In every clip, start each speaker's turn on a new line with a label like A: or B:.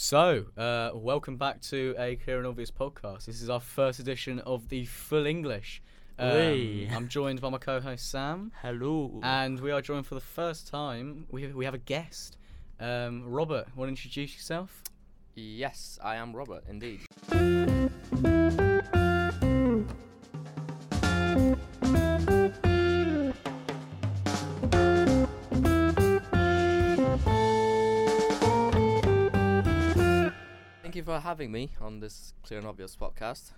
A: So, uh, welcome back to a Clear and Obvious podcast. This is our first edition of the full English. Um,
B: Hey.
A: I'm joined by my co-host Sam,
B: Hello.
A: and we are joined for the first time. We we have a guest. Um, Robert, want to introduce yourself?
C: Yes, I am Robert, indeed. Thank you for having me on this clear and obvious podcast.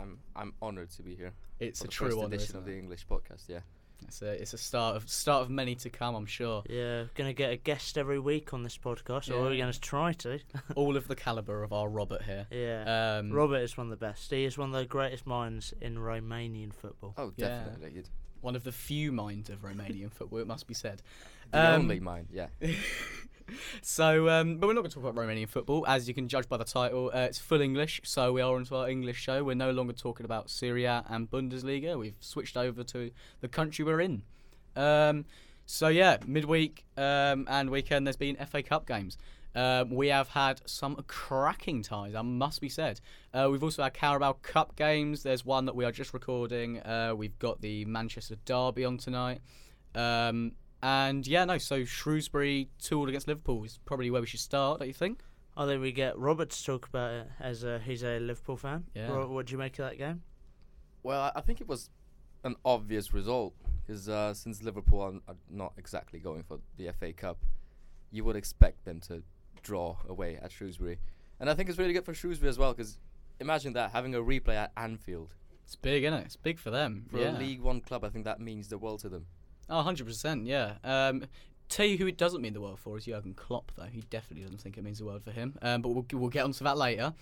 C: I'm I'm honoured to be here.
A: It's
C: for
A: a
C: the
A: true
C: first
A: one.
C: edition of the English podcast. Yeah,
A: It's a it's a start of start of many to come. I'm sure.
B: yeah, gonna get a guest every week on this podcast, or we're
A: Yeah.
B: gonna try to. Oh,
A: All of the caliber of our Robert here.
B: yeah.
A: Um,
B: Robert is one of the best. He is one of the greatest minds in Romanian football.
C: oh
A: Yeah.
C: definitely. You'd-
A: one of the few minds of Romanian football, it must be said.
C: The
A: Um,
C: only mine. Yeah.
A: So, um, but we're not going to talk about Romanian football, as you can judge by the title. Uh, it's full English, so we are onto our English show. We're no longer talking about Syria and Bundesliga. We've switched over to the country we're in. Um, so yeah, midweek um, and weekend, there's been FA Cup games. Um, we have had some cracking ties, that must be said. Uh, we've also had Carabao Cup games. There's one that we are just recording. Uh, we've got the Manchester Derby on tonight. Um, and yeah, no, so Shrewsbury 2 all against Liverpool is probably where we should start, don't you think?
B: I think Oh, we get Robert to talk about it as uh he's a Liverpool fan.
A: Yeah.
B: Robert, what do you make of that game?
C: Well, I- I think it was an obvious result because uh, since Liverpool are, are not exactly going for the FA Cup, you would expect them to draw away at Shrewsbury, and I think it's really good for Shrewsbury as well because imagine that having a replay at Anfield
A: It's big, isn't it? It's big for them.
C: for
A: yeah.
C: a League One club. I think that means the world to them.
A: Oh, 100%, yeah. Um, tell you who it doesn't mean the world for is Jurgen Klopp, though. He definitely doesn't think it means the world for him. Um, but we'll, we'll get onto that later.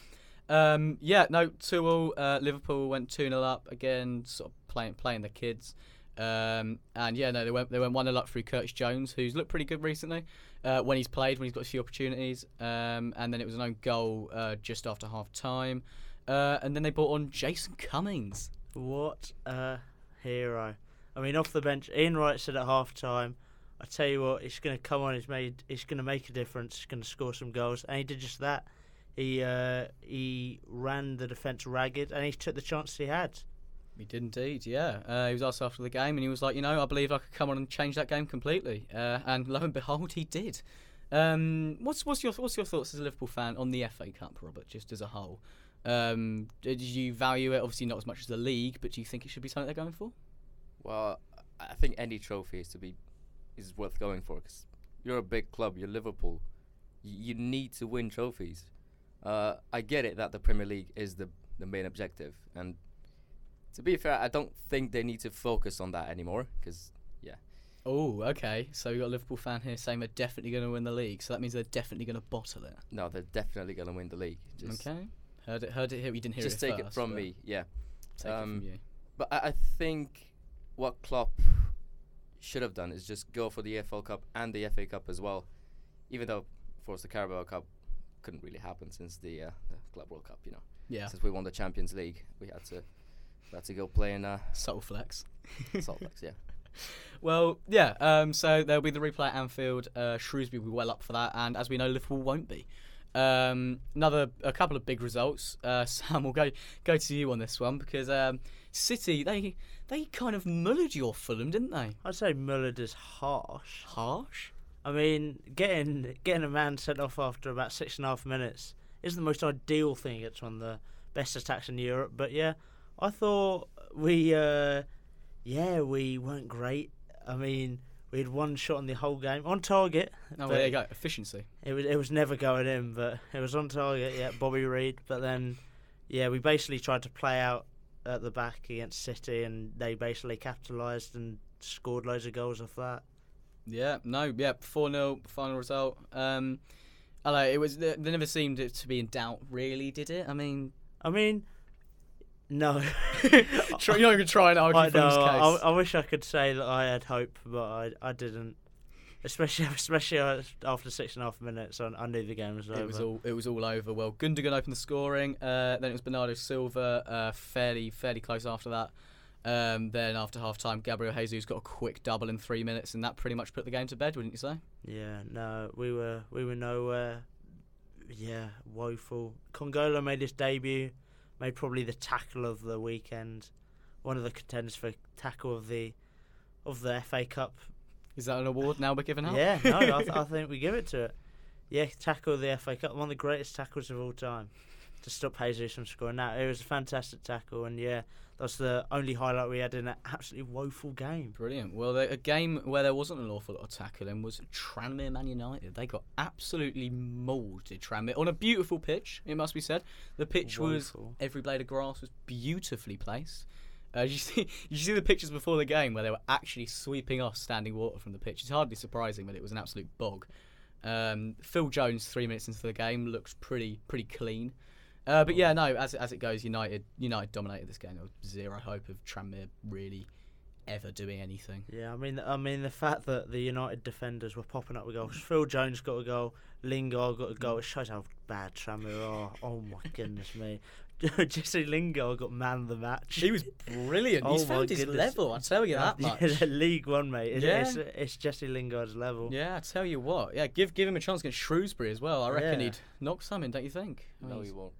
A: Um, yeah, no, 2 all. Uh, Liverpool went 2 0 up again, sort of playing, playing the kids. Um, and yeah, no, they went they went one 0 up through Curtis Jones, who's looked pretty good recently uh, when he's played, when he's got a few opportunities. Um, and then it was an own goal uh, just after half time. Uh, and then they brought on Jason Cummings.
B: What a hero. I mean, off the bench, Ian Wright said at half time, I tell you what, he's going to come on, he's made, he's going to make a difference, he's going to score some goals. And he did just that. He uh, he ran the defence ragged and he took the chance he had.
A: He did indeed, yeah. Uh, he was asked after the game, and he was like, you know, I believe I could come on and change that game completely. Uh, and lo and behold, he did. Um, what's what's your what's your thoughts as a Liverpool fan on the FA Cup, Robert, just as a whole? Um, did you value it? Obviously, not as much as the league, but do you think it should be something they're going for?
C: Well, I I think any trophy is to be is worth going for because you're a big club. You're Liverpool. You, you need to win trophies. Uh, I get it that the Premier League is the the main objective, and to be fair, I don't think they need to focus on that anymore because
A: Oh, okay. So we got a Liverpool fan here saying they're definitely going to win the league. So that means they're definitely going to bottle it.
C: no, they're definitely gonna win the league. Just,
A: okay. Heard it. Heard it here. We didn't hear
C: just
A: it.
C: take it
A: first,
C: from
A: but
C: me. Yeah.
A: Take it
C: Um,
A: from you.
C: But I, I think what Klopp should have done is just go for the EFL Cup and the FA Cup as well, even though, of course, the Carabao Cup couldn't really happen since the, uh, the Club World Cup. You know,
A: Yeah.
C: since we won the Champions League, we had to we had to go play in uh,
A: Subtle flex.
C: Salt Lakes. Yeah,
A: Well, yeah. Um, so there'll be the replay at Anfield. Uh, Shrewsbury will be well up for that, and as we know, Liverpool won't be. Um, another, a couple of big results. Uh, Sam, we'll go go to you on this one because um, City they they kind of mullered your Fulham, didn't they?
B: I'd say Muller is harsh.
A: Harsh.
B: I mean, getting getting a man sent off after about six and a half minutes is the most ideal thing against one of the best attacks in Europe. But yeah, I thought we, uh, yeah, we weren't great. I mean, we had one shot in the whole game on target.
A: No,
B: but
A: Oh, there you go. Efficiency.
B: It was it was never going in, but it was on target. Yeah, Bobby Reed. But then, yeah, we basically tried to play out at the back against City, and they basically capitalised and scored loads of goals off that.
A: Yeah, no, yeah, 4 0 final result. Um, I know, it was they they never seemed it to be in doubt, really, did it? I mean,
B: I mean, no.
A: try, you're not going to try and argue
B: I,
A: for
B: know,
A: this
B: I,
A: case.
B: I wish I could say that I had hope, but I, I didn't. Especially especially after six and a half minutes, I, I knew the game was over.
A: It was all it was all over. Well, Gundogan opened the scoring. Uh, then it was Bernardo Silva, uh, fairly fairly close after that. Um, then after half time, Gabriel Jesus got a quick double in three minutes, and that pretty much put the game to bed, wouldn't you say?
B: yeah, no, we were we were nowhere yeah, woeful. Congolo made his debut, made probably the tackle of the weekend, one of the contenders for tackle of the of the FA Cup.
A: Is that an award now we're giving out?
B: Yeah, no, I, th- I think we give it to it. Yeah, tackle of the FA Cup, one of the greatest tackles of all time, to stop Jesus from scoring. Now it was a fantastic tackle, and yeah, that's the only highlight we had in an absolutely woeful game.
A: Brilliant. Well, the- a game where there wasn't an awful lot of tackling was Tranmere Man United. They got absolutely mauled to Tranmere on a beautiful pitch. It must be said. The pitch was
B: Woeful.
A: every blade of grass was beautifully placed. Uh, you see, you see the pictures before the game where they were actually sweeping off standing water from the pitch. It's hardly surprising that it was an absolute bog. Um, Phil Jones, three minutes into the game, looks pretty pretty clean. Uh, but yeah, no, as as it goes, United United dominated this game. There was zero hope of Tranmere really ever doing anything.
B: Yeah, I mean, I mean the fact that the United defenders were popping up with goals. Phil Jones got a goal. Lingard got a goal. It shows how bad Tranmere are. Oh my goodness me! Jesse Lingard got man of the match.
A: He was brilliant.
B: Oh
A: He's
B: my
A: found his
B: goodness.
A: level. I tell you that
B: Yeah,
A: much.
B: they're League One, mate. It's,
A: Yeah.
B: it's, it's Jesse Lingard's level.
A: Yeah, I tell you what. Yeah, give give him a chance against Shrewsbury as well. I reckon
B: Yeah.
A: he'd knock some in, don't you think? I mean,
C: No, he
A: he's-
C: won't.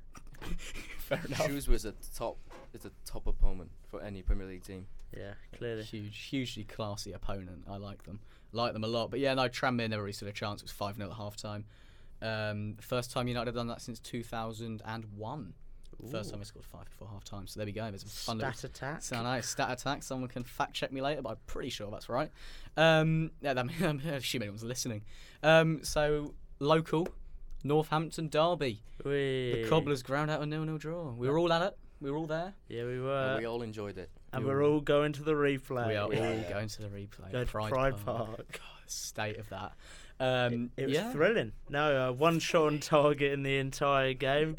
A: Fair enough.
C: Shrewsbury is a top, is a top opponent for any Premier League team.
B: Yeah, clearly.
A: Huge, hugely classy opponent. I like them. Like them a lot. But yeah, no, Tranmere never really stood a chance. It was 5 0 at half time. Um, first time United have done that since 2001. First
B: Ooh.
A: time we scored five before half time. So there we go. There's a fun little
B: Stat attack.
A: So I know, stat attack. Someone can fact check me later, but I'm pretty sure that's right. Um, yeah, that, I'm assuming anyone's listening. Um, so local, Northampton derby. The
B: Whee.
A: Cobblers ground out a nil-nil draw. We were all at it. We were all there.
B: Yeah, we
C: And
A: Uh,
B: were.
C: we all enjoyed it.
B: and we're all going to the replay.
A: we are
C: we
A: all
C: are, yeah.
A: going to the replay.
B: Uh, Go to
A: Pride,
B: Pride
A: Park.
B: Park.
A: God, the state of that. Um,
B: It was
A: yeah.
B: thrilling. No, uh, one shot on target in the entire game.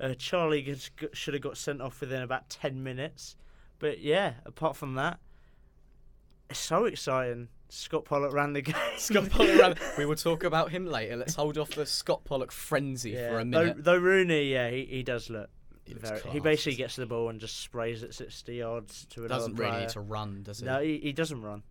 B: Uh, Charlie gets- g- should have got sent off within about 10 minutes. But yeah, apart from that, it's so exciting. Scott Pollock ran the game.
A: Scott Pollock. ran- we will talk about him later. Let's hold off the Scott Pollock frenzy
B: yeah.
A: for a
B: though,
A: minute.
B: though Rooney, yeah, he, he does look.
A: He looks
B: very, he
A: class.
B: basically gets the ball and just sprays it 60 yards to another
A: doesn't really
B: player.
A: need to run, does he?
B: No, he, he doesn't run.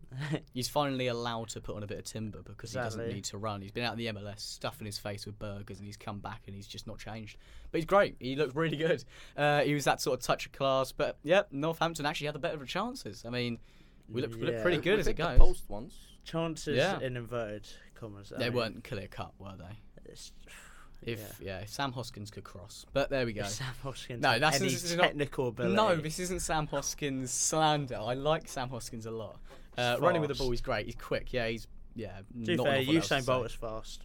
A: He's finally allowed to put on a bit of timber because he doesn't
B: Exactly.
A: need to run. He's been out in the MLS stuffing his face with burgers and he's come back and he's just not changed. But he's great. He looked really good. Uh, he was that sort of touch of class. But yeah, Northampton actually had the better of chances. I mean, we looked, we looked
B: Yeah.
A: pretty good
C: we
A: as it
C: hit the
A: goes.
C: post once.
B: Chances
A: Yeah.
B: in inverted commas. I
A: They
B: mean,
A: weren't clear cut, were they?
B: it's-
A: If yeah. if Sam Hoskins could cross. But there we go.
B: If Sam Hoskins
A: No,
B: had
A: that's-
B: any
A: this is not-
B: technical ability.
A: No, this isn't Sam Hoskins slander. I like Sam Hoskins a lot. Uh, running with the ball,
B: Fast.
A: he's great. He's quick. Yeah, he's yeah.
B: to be
A: not an awful lot
B: fair,
A: else to
B: Usain
A: say.
B: Bolt was fast.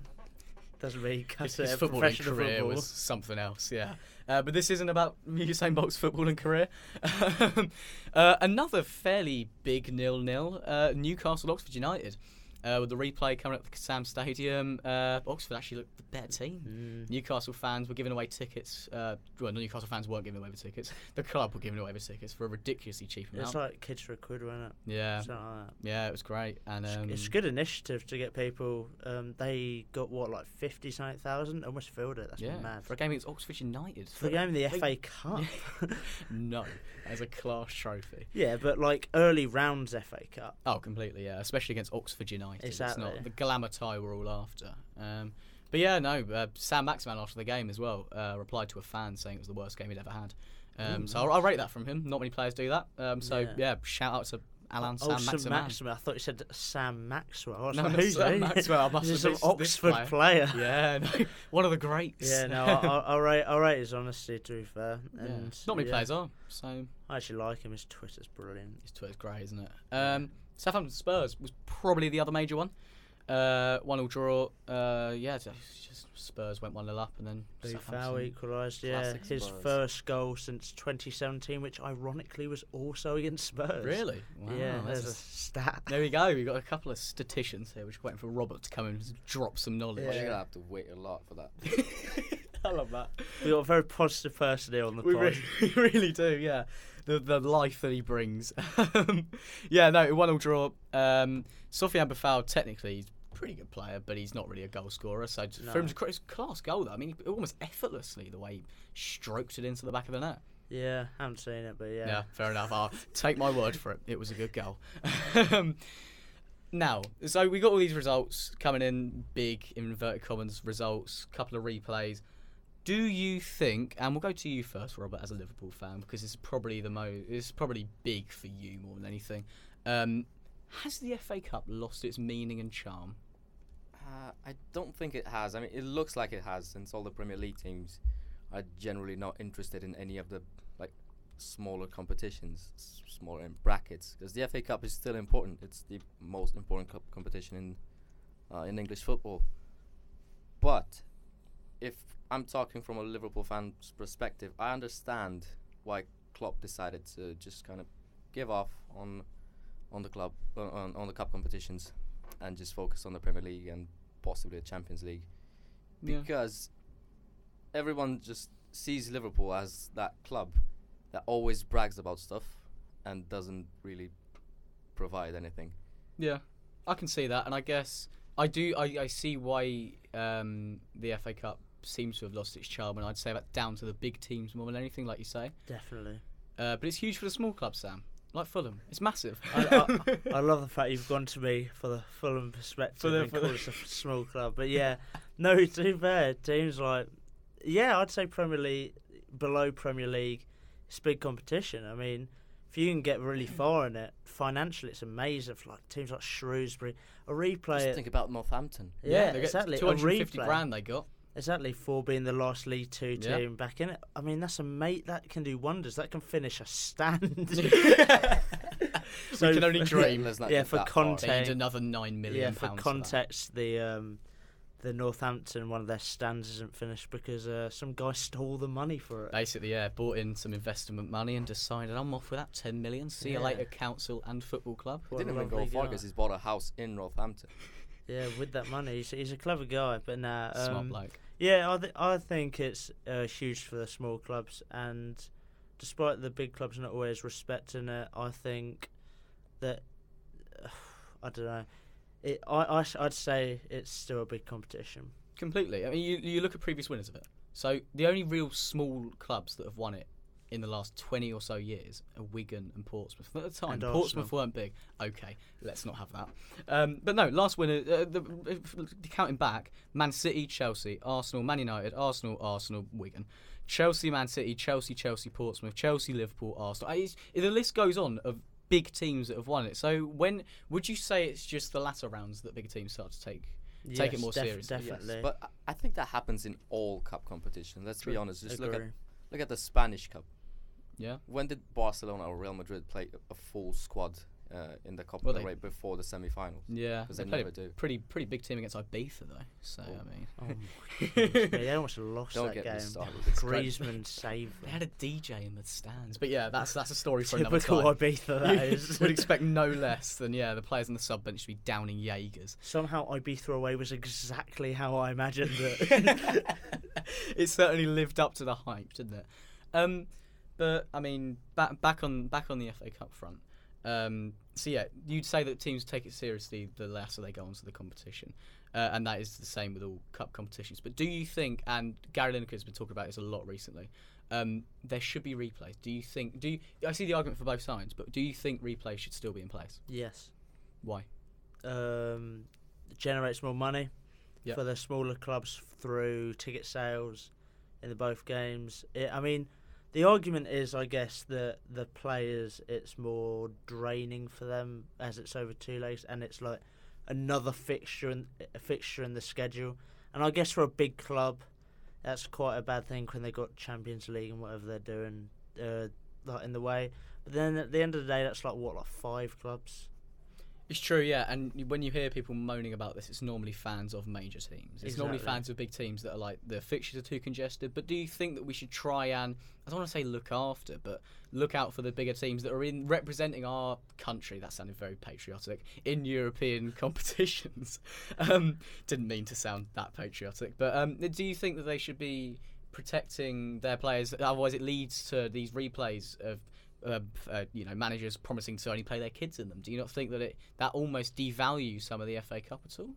B: Doesn't mean he
A: his,
B: cuts
A: his
B: a
A: footballing
B: professional
A: career
B: football.
A: was something else, yeah. Uh, but this isn't about Usain Bolt's footballing career. uh, another fairly big nil-nil: uh, Newcastle Oxford United. Uh, with the replay coming up at Sam Stadium, uh, Oxford actually looked the better team.
B: Mm.
A: Newcastle fans were giving away tickets. Uh, well, no, Newcastle fans weren't giving away the tickets. The club were giving away the tickets for a ridiculously cheap amount.
B: It's like kids for a quid, wasn't it?
A: yeah,
B: Something like that.
A: yeah, it was great. And
B: It's-
A: um,
B: it's a good initiative to get people. Um, they got what like fifty something thousand, almost filled it. That's
A: yeah,
B: mad.
A: for a game against Oxford United.
B: For a game in the
A: They-
B: FA Cup.
A: no, as a class trophy.
B: yeah, but like early rounds FA Cup.
A: Oh, completely, yeah. Especially against Oxford United. It's
B: Exactly.
A: not the glamour tie we're all after. Um, but yeah, no, uh, Sam Maxman after the game as well uh, replied to a fan saying it was the worst game he'd ever had. Um, so I'll, I'll rate that from him. Not many players do that. Um, so yeah.
B: Yeah.
A: shout out to Alan
B: oh,
A: Sam
B: Sam
A: Maxman.
B: Maxwell. I thought you said Sam Maxwell. I was
A: No,
B: like,
A: not
B: who's
A: Sam
B: he?
A: Maxwell. I must
B: This is
A: have
B: some
A: missed this
B: Oxford player.
A: yeah, no, one of the greats.
B: Yeah, no, I- I- I'll rate, I'll rate his honesty, to be fair.
A: Yeah.
B: And
A: Not many
B: yeah,
A: players are. So
B: I actually like him. His Twitter's brilliant.
A: It's Twitter's great, isn't it? Um, Southampton Spurs was probably the other major one. Uh, one all draw. Uh, yeah, it's just Spurs went one 0 up, and then
B: Lou Fow
A: Southampton-
B: equalised, yeah.
C: Classic
B: His
C: Spurs.
B: first goal since 2017, which ironically was also against Spurs.
A: Really? Wow,
B: yeah,
A: that's
B: there's a
A: a-
B: stat.
A: there we go. We've got a couple of statisticians here. We're just waiting for Robert to come and just drop some knowledge.
C: Well,
B: Yeah.
C: you're gonna have to wait a lot for that.
A: I love that.
B: We've got a very positive person here on the
A: We,
B: pod.
A: re- we really do, yeah. The the life that he brings. Um, yeah, no, one all draw. Um, Sofiane Bafal, technically, he's a pretty good player, but he's not really a goal scorer. So t- for him to cr- it's a class goal, though. I mean, almost effortlessly the way he stroked it into the back of the net.
B: Yeah, haven't seen it, but yeah.
A: Yeah, fair enough. I'll take my word for it. It was a good goal. um, now, so we got all these results coming in, big in inverted commas results, couple of replays. Do you think? And we'll go to you first, Robert, as a Liverpool fan, because it's probably the mo. It's probably big for you more than anything. Um, has the FA Cup lost its meaning and charm?
C: Uh, I don't think it has. I mean, it looks like it has, since all the Premier League teams are generally not interested in any of the like smaller competitions, s- smaller in brackets, because the FA Cup is still important. It's the most important cup competition in uh, in English football. But if I'm talking from a Liverpool fan's perspective, I understand why Klopp decided to just kind of give off on on the club uh, on, on the cup competitions and just focus on the Premier League and possibly the Champions League
A: Yeah.
C: because everyone just sees Liverpool as that club that always brags about stuff and doesn't really provide anything.
A: Yeah, I can see that, and I guess I do. I, I see why um, the FA Cup seems to have lost its charm, and I'd say that down to the big teams more than anything, like you say.
B: Definitely.
A: Uh, but it's huge for the small clubs, Sam. Like Fulham, it's massive.
B: I, I, I love the fact you've gone to me for the Fulham perspective
A: For the-
B: and
A: for the-
B: called us a f- small club. But yeah, no, to be fair, teams like yeah, I'd say Premier League below Premier League, it's big competition. I mean, if you can get really
C: Mm.
B: far in it financially, it's amazing. For like teams like Shrewsbury, a replay.
C: Just
B: at-
C: think about Northampton.
B: yeah,
A: they get
B: exactly. A
A: 250
B: replay.
A: grand they got.
B: Exactly, for being the last League Two
A: Yeah.
B: team back in it. I mean, that's a mate that can do wonders. That can finish a stand.
A: we can only
B: for-
A: dream.
C: Let's not
B: yeah,
C: get
B: for
C: that far.
B: context.
A: They need another nine
B: yeah,
A: million
B: for
A: pounds.
B: context, the um, the Northampton one of their stands isn't finished because uh, some guy stole the money for it.
A: Basically, yeah, bought in some investment money and decided I'm off with that 10 million. See
B: Yeah.
A: you later, council and football club.
C: He
B: What a
C: didn't even go
B: lovely
C: far
B: guy.
C: because he's bought a house in Northampton.
B: Yeah, with that money, he's, he's a clever guy. But now,
A: Smart
B: um,
A: bloke.
B: yeah, I th- I think it's uh, huge for the small clubs, and despite the big clubs not always respecting it, I think that I don't know. It, I, I would say it's still a big competition.
A: Completely. I mean, you, you look at previous winners of it. So the only real small clubs that have won it in the last 20 or so years are Wigan and Portsmouth. At the time,
B: And
A: Portsmouth
B: Arsenal.
A: weren't big. Okay, let's not have that. Um, but no, last winner, uh, the, if- counting back, Man City, Chelsea, Arsenal, Man United, Arsenal, Arsenal, Wigan. Chelsea, Man City, Chelsea, Chelsea, Portsmouth, Chelsea, Liverpool, Arsenal. Uh, It's, the list goes on of big teams that have won it. So when would you say it's just the latter rounds that bigger teams start to take take it
B: Yes,
A: more
B: def-
A: seriously?
B: Definitely.
C: Yes, but I- I think that happens in all cup competitions. Let's be
B: True.
C: honest. Just look
B: Agree.
C: at look at the Spanish Cup.
A: Yeah.
C: When did Barcelona or Real Madrid play a- a full squad uh, in the Copa
A: Well,
C: del
A: they-
C: Rey before the semi-finals?
A: Yeah,
C: 'Cause
A: they
C: they
A: played
C: never
A: a
C: do.
A: Pretty pretty big team against Ibiza though. So I mean,
B: Oh my goodness me, they almost lost
C: Don't
B: that
C: get me
B: game.
C: started. It's great.
B: Griezmann saved
A: they
B: them.
A: had a DJ in the stands. But yeah, that's that's a story for another
B: Typical
A: time.
B: Ibiza that is.
A: Would expect no less than yeah, the players on the sub bench to be downing Jaegers.
B: Somehow Ibiza away was exactly how I imagined it.
A: it certainly lived up to the hype, didn't it? Um, but I mean, back back on back on the FA Cup front. Um, so yeah, you'd say that teams take it seriously the lesser they go onto the competition, uh, and that is the same with all cup competitions. But do you think? And Gary Lineker has been talking about this a lot recently. Um, there should be replays. Do you think? Do you, I see the argument for both sides? But do you think replays should still be in place?
B: yes.
A: Why?
B: Um, it generates more money
A: Yep.
B: for the smaller clubs through ticket sales in the both games. It, I mean, the argument is, I guess, that the players it's more draining for them as it's over two legs, and it's like another fixture in a fixture in the schedule. And I guess for a big club, that's quite a bad thing when they got Champions League and whatever they're doing uh, like in the way. But then at the end of the day, that's like what like five clubs.
A: It's true, yeah. And y- when you hear people moaning about this, it's normally fans of major teams. It's normally
B: Exactly.
A: fans of big teams that are like the fixtures are too congested. But do you think that we should try and I don't want to say look after, but look out for the bigger teams that are in representing our country? That sounded very patriotic in European competitions. Um, didn't mean to sound that patriotic, but um, do you think that they should be protecting their players? Otherwise, it leads to these replays of uh, uh, you know managers promising to only play their kids in them. Do you not think that it that almost devalues some of the FA Cup at all?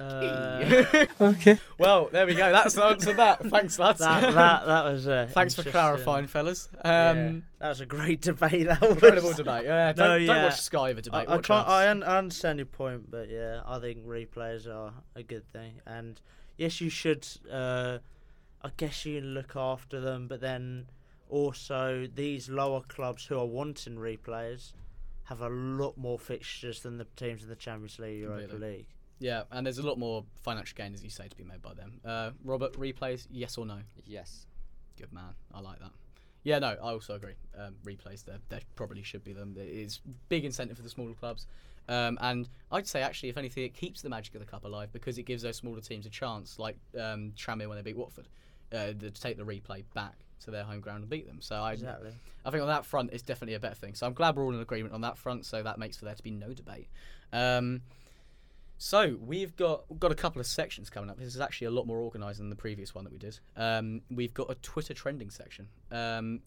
B: Uh,
A: okay. Well, there we go. That's the answer to that. Thanks, lads.
B: that, that that was uh,
A: Thanks for
B: interesting.
A: clarifying, fellas. Um,
B: Yeah. that was a great debate. That was
A: Incredible debate. Yeah, don't,
B: No,
A: don't
B: yeah.
A: watch Sky of a
B: I,
A: debate.
B: I,
A: watch
B: can't,
A: us.
B: I, un- I understand your point, but yeah, I think replays are a good thing, and yes, you should. Uh, I guess you look after them, but then also these lower clubs who are wanting replays have a lot more fixtures than the teams in the Champions League, Europa
A: Completely.
B: League.
A: Yeah, and there's a lot more financial gain, as you say, to be made by them. Uh, Robert, replays, yes or no?
C: Yes.
A: Good man. I like that. Yeah, no, I also agree. Um, replays, there, there probably should be them. It's big incentive for the smaller clubs. Um, and I'd say, actually, if anything, it keeps the magic of the cup alive because it gives those smaller teams a chance, like um, Tranmere when they beat Watford, uh, to take the replay back to their home ground and beat them. So I,
B: Exactly.
A: I think on that front, it's definitely a better thing. So I'm glad we're all in agreement on that front. So that makes for there to be no debate. Um, so we've got we've got a couple of sections coming up. This is actually a lot more organised than the previous one that we did. Um, we've got a Twitter trending section. Um,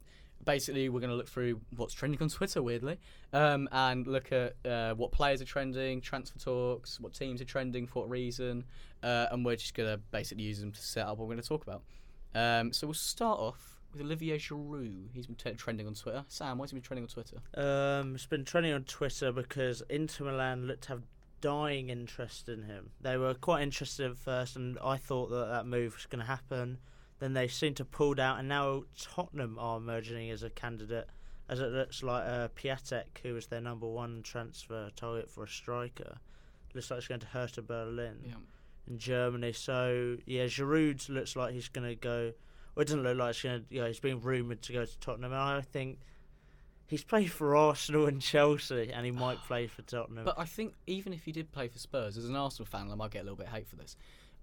A: basically, we're going to look through what's trending on Twitter, weirdly, um, and look at uh, what players are trending, transfer talks, what teams are trending, for what reason, uh, and we're just going to basically use them to set up what we're going to talk about. Um, so we'll start off with Olivier Giroud. He's been t- trending on Twitter. Sam, why's he been trending on Twitter?
B: Um, it's been trending on Twitter because Inter Milan looked to have dying interest in him. They were quite interested at first, and I thought that that move was going to happen. Then they seem to pulled out, and now Tottenham are emerging as a candidate, as it looks like uh, Piatek, who was their number one transfer target for a striker, looks like it's going to Hertha Berlin in Germany. So yeah, Giroud looks like he's going to go. Well, it doesn't look like he's going to. You know, he's been rumoured to go to Tottenham. And I think he's played for Arsenal and Chelsea, and he might play for Tottenham.
A: But I think even if he did play for Spurs, as an Arsenal fan, and I might get a little bit of hate for this,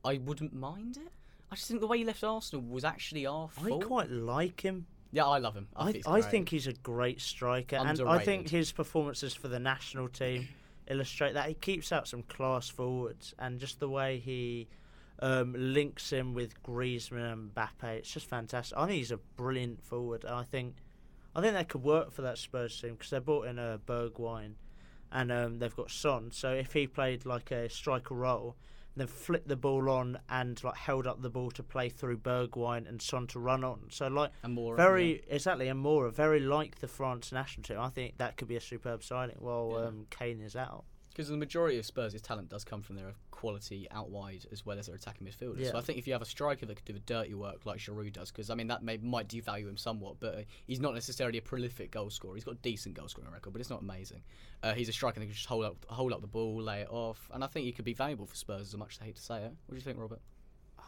A: I wouldn't mind it. I just think the way he left Arsenal was actually our
B: I
A: fault.
B: quite like him.
A: yeah, I love him. I,
B: I,
A: think he's
B: I
A: great.
B: think he's a great striker, and I think
A: Underrated.
B: his performances for the national team illustrate that he keeps out some class forwards, and just the way he um, links in with Griezmann and Mbappe, it's just fantastic. I think he's a brilliant forward, and I think I think that could work for that Spurs team because they brought in a Bergwijn, and um, they've got Son. So if he played like a striker role. and Then flipped the ball on and like held up the ball to play through Bergwijn and Son to run on. So like
A: and more
B: very exactly, and Mora very like the France national team. I think that could be a superb signing while
A: Yeah.
B: um, Kane is out.
A: because the majority of Spurs' talent does come from their quality out wide as well as their attacking midfielders.
B: Yeah.
A: So I think if you have a striker that could do the dirty work like Giroud does, because I mean that may, might devalue him somewhat, but uh, he's not necessarily a prolific goal scorer. He's got a decent goal scoring record, but it's not amazing. Uh, he's a striker that can just hold up hold up the ball, lay it off, and I think he could be valuable for Spurs as much as I hate to say it. What do you think, Robert?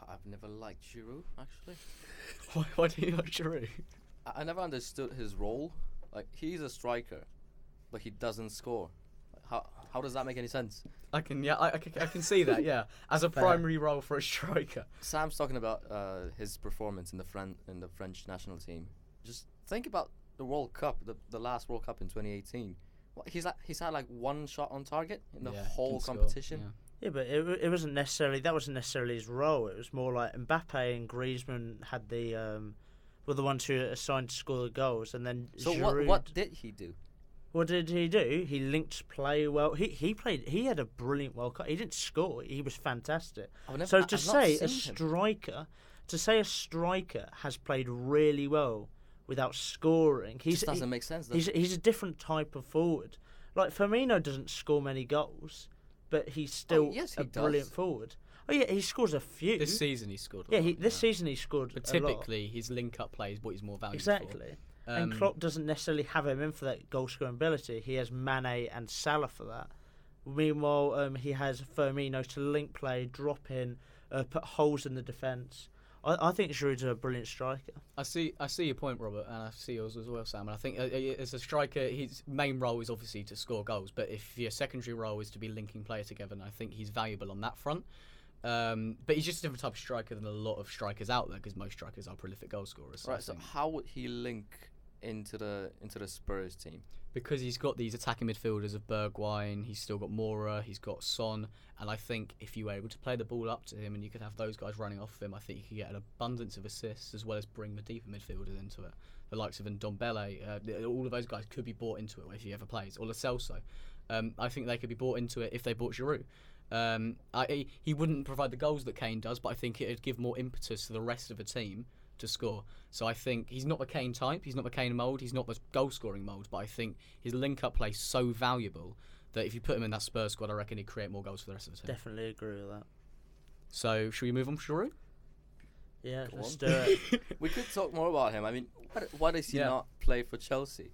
C: I've never liked Giroud actually.
A: Why, why do you like Giroud?
C: I, I never understood his role. Like he's a striker, but he doesn't score. Like, how how does that make any sense?
A: I can yeah, I, I, can, I can see that yeah, as a
B: Fair.
A: primary role for a striker.
C: Sam's talking about uh, his performance in the Fran- in the French national team. Just think about the World Cup, the, the last World Cup in 2018. What, he's like, he's had like one shot on target in the
A: Yeah,
C: whole
A: can score,
C: competition.
A: yeah.
B: Yeah, but it, wa- it wasn't necessarily that wasn't necessarily his role. It was more like Mbappe and Griezmann had the um, were the ones who were assigned to score the goals, and then
C: So
B: Giroud.
C: what what did he do?
B: what did he do? He linked play well. He he played. He had a brilliant World Cup. He didn't score. He was fantastic.
C: I've never,
B: So
C: I-
B: to
C: I've not
B: say a
C: seen him.
B: striker, to say a striker has played really well without scoring, he's
C: just doesn't
B: he-
C: make sense. does
B: he's he's a different type of forward. Like Firmino doesn't score many goals, but he's still
C: Oh, yes,
B: a
C: he does.
B: brilliant forward. Oh yeah, he scores a few.
A: This season he scored. a
B: yeah,
A: lot,
B: he, this season he scored
A: But
B: a lot.
A: typically, his link-up play is what he's more valuable
B: Exactly.
A: for. Um,
B: and Klopp doesn't necessarily have him in for that goal scoring ability. He has Mane and Salah for that. Meanwhile, um, he has Firmino to link play, drop in, uh, put holes in the defence. I, I think Giroud's a brilliant striker.
A: I see, I see your point, Robert, and I see yours as well, Sam. And I think uh, uh, as a striker, his main role is obviously to score goals. But if your secondary role is to be linking players together, and I think he's valuable on that front. Um, but he's just a different type of striker than a lot of strikers out there, because most strikers are prolific goal scorers. So I
C: Right. So
A: think-
C: how would he link into the into the Spurs team?
A: because he's got these attacking midfielders of Bergwijn, he's still got Mora, he's got Son, and I think if you were able to play the ball up to him and you could have those guys running off him, I think you could get an abundance of assists as well as bring the deeper midfielders into it. The likes of Ndombele, uh, th- all of those guys could be bought into it if he ever plays, or Lo Celso. Um, I think they could be bought into it if they bought Giroud. Um, I, he- he wouldn't provide the goals that Kane does, but I think it'd give more impetus to the rest of the team to score. So I think he's not the Kane type, he's not the Kane mould, he's not the goal scoring mould, but I think his link up play is so valuable that if you put him in that Spurs squad, I reckon he'd create more goals for the rest of the team.
B: Definitely agree with that.
A: So, should we move on from Giroud?
B: Yeah,
C: Go
B: let's
C: on.
B: do it.
A: Uh,
C: We could talk more about him. I mean, why, why does he
A: Yeah.
C: not play for Chelsea,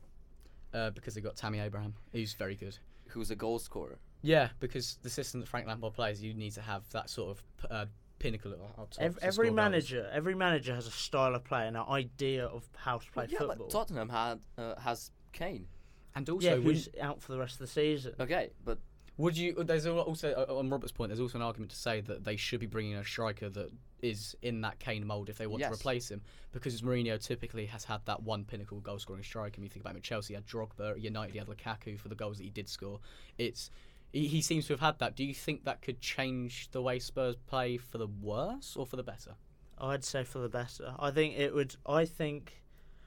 A: Uh, because they got Tammy Abraham, who's very good.
C: who's a goal scorer?
A: Yeah, because the system that Frank Lampard plays, you need to have that sort of p- uh, pinnacle at the top to
B: Every,
A: score
B: every
A: goals.
B: manager, every manager has a style of play and an idea of how to play
C: yeah,
B: football.
C: but Tottenham had uh, has Kane.
A: and also
B: yeah,
A: wouldn't-
B: who's out for the rest of the season?
C: Okay, but
A: Would you? There's al- also uh, on Robert's point. There's also an argument to say that they should be bringing a striker that is in that Kane mold if they want to
C: Yes.
A: replace him, because Mourinho typically has had that one pinnacle goal-scoring striker. When you think about him, at Chelsea he had Drogba, at United he had Lukaku for the goals that he did score. It's he, he seems to have had that. Do you think that could change the way Spurs play for the worse or for the better?
B: I'd say for the better. I think it would. I think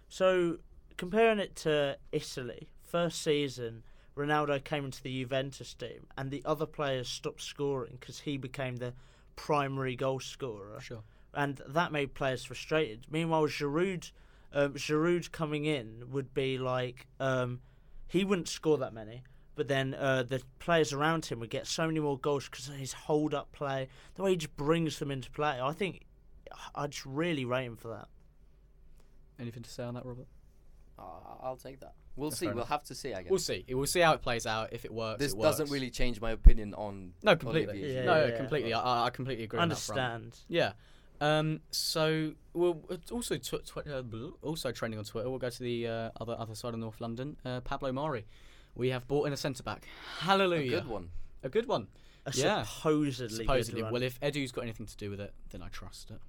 B: so. Comparing it to Italy, first season, Ronaldo came into the Juventus team, and the other players stopped scoring because he became the primary goal scorer,
A: Sure.
B: and that made players frustrated. Meanwhile, Giroud, um, Giroud coming in would be like um, he wouldn't score that many. But then uh, the players around him would get so many more goals because of his hold-up play, the way he just brings them into play. I think I just really rate him for that.
A: Anything to say on that, Robert?
C: uh, I'll take that. We'll
A: That's
C: see.
A: fair
C: We'll have to see. I guess
A: We'll see. We'll see how it plays out. If it works,
C: this
A: it works.
C: doesn't really change my opinion on.
A: No, completely.
C: Olivier
B: Yeah,
A: no,
B: yeah, yeah.
A: completely. I- I, I completely agree. on that front.
B: Understand?
A: Yeah. Um, so we'll it's also tw- tw- uh, bl- also trending on Twitter. We'll go to the uh, other other side of North London. Uh, Pablo Mari, we have bought in a centre back.
C: A
A: Hallelujah,
C: good one.
A: A good one.
B: A
A: Yeah.
B: supposedly,
A: Supposedly.
B: good run.
A: Well, if Edu's got anything to do with it, then I trust it.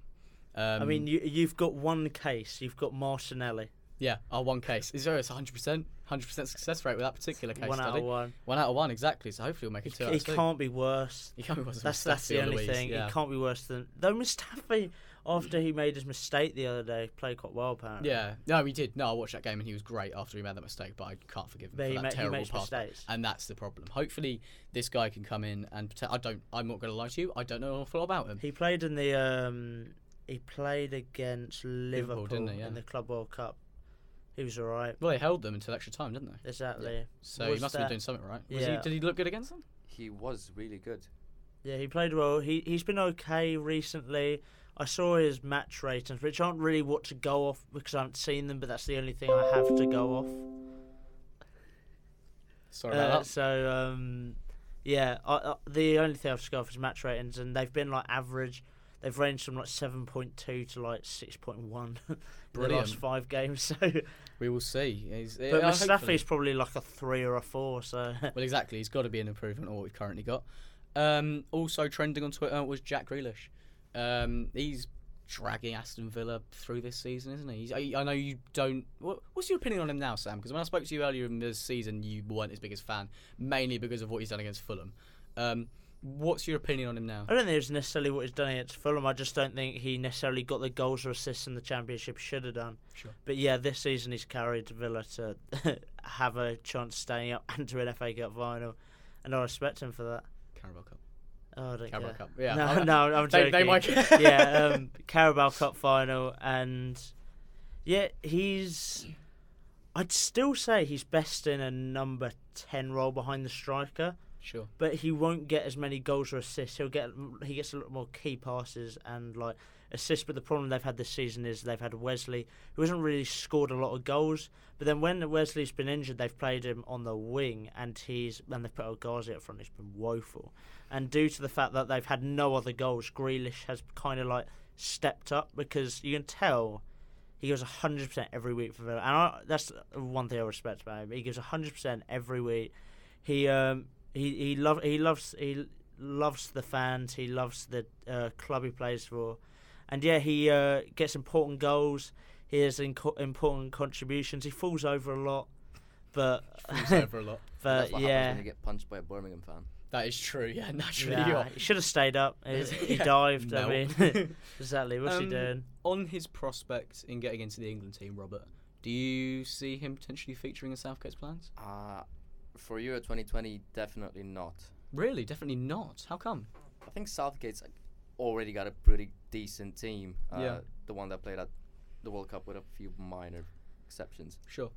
B: I
A: Um,
B: mean, you, you've got one case. You've got Martinelli,
A: yeah, our one case. Is there it's 100 percent, 100 percent success rate with that particular case
B: one
A: study?
B: out of one.
A: One out of one, exactly. So hopefully we'll make
B: He,
A: it two.
B: c-
A: out
B: he
A: of two.
B: can't be worse.
A: He can't be worse than
B: That's that's the
A: Mustafi or
B: only
A: Louise,
B: thing.
A: Yeah.
B: He can't be worse than though Mustafi. After he made his mistake the other day, played quite well apparently.
A: Yeah. No, he did. No, I watched that game and he was great after he made that mistake, but I can't forgive him
B: But
A: for
B: he,
A: that
B: ma- he
A: terrible
B: makes
A: pass.
B: mistakes.
A: and that's the problem. Hopefully, this guy can come in and protect. I don't. I'm not going to lie to you. I don't know an awful lot about him.
B: He played in the um, he played against Liverpool,
A: Liverpool, didn't he? Yeah.
B: in the Club World Cup. He was alright.
A: Well, they held them until extra time, didn't they?
B: Exactly.
A: So
B: Was
A: he must
B: that-
A: have been doing something right. Was
B: Yeah.
A: he, did he look good against them?
C: He was really good.
B: Yeah, he played well. He he's been okay recently. I saw his match ratings, which aren't really what to go off because I haven't seen them, but that's the only thing I have to go off.
A: Sorry
B: Uh,
A: about that.
B: so um, yeah, I, I, the only thing I have to go off is match ratings, and they've been like average. They've ranged from like seven point two to like six point one in the
A: Brilliant.
B: last five games. So,
A: We will see. He's, uh,
B: but
A: hopefully-
B: Mustafi's probably like a three or a four. So
A: Well, exactly. He's got to be an improvement on what we've currently got. Um, also trending on Twitter was Jack Grealish. Um, he's dragging Aston Villa through this season, isn't he? He's, I, I know you don't. What, what's your opinion on him now, Sam? Because when I spoke to you earlier in the season, you weren't his biggest fan, mainly because of what he's done against Fulham. Um, what's your opinion on him now?
B: I don't think it's necessarily what he's done against Fulham. I just don't think he necessarily got the goals or assists in the Championship he should have done.
A: Sure.
B: But yeah, this season he's carried Villa to have a chance staying up and to an FA Cup final, and I respect him for that.
A: Carabao Cup.
B: Oh, I don't
A: Carabao
B: care.
A: Cup. Yeah.
B: No,
A: I-
B: no, I'm
A: they,
B: joking.
A: they might.
B: yeah, um, Carabao Cup final, and yeah, he's. I'd still say he's best in a number ten role behind the striker,
A: sure.
B: but he won't get as many goals or assists. He'll get he gets a lot more key passes and like assists. But the problem they've had this season is they've had Wesley, who hasn't really scored a lot of goals. But then when Wesley's been injured, they've played him on the wing, and he's and they've put Ogazi up front. He's been woeful, and due to the fact that they've had no other goals, Grealish has kind of like stepped up because you can tell. He gives 100% every week for Villa. And I, that's one thing I respect about him. He gives 100% every week. He um, he he love he loves he loves the fans. He loves the uh, club he plays for, and yeah, he uh, gets important goals. He has inco- important contributions. He falls over a lot, but
A: He's over a lot.
B: but
C: That's what happens
B: yeah,
C: when you get punched by a Birmingham fan.
A: That is true. Yeah, naturally. you
B: nah,
A: are.
B: he should have stayed up. He, he
A: Yeah.
B: dived.
A: No.
B: I mean, exactly. What's he
A: Um,
B: doing?
A: on his prospects in getting into the England team, Robert, do you see him potentially featuring in Southgate's plans?
C: Uh, for Euro 2020, definitely not.
A: Really, definitely not. How come?
C: I think Southgate's like, already got a pretty decent team. Uh,
A: Yeah.
C: The one that played at the World Cup with a few minor exceptions.
A: Sure.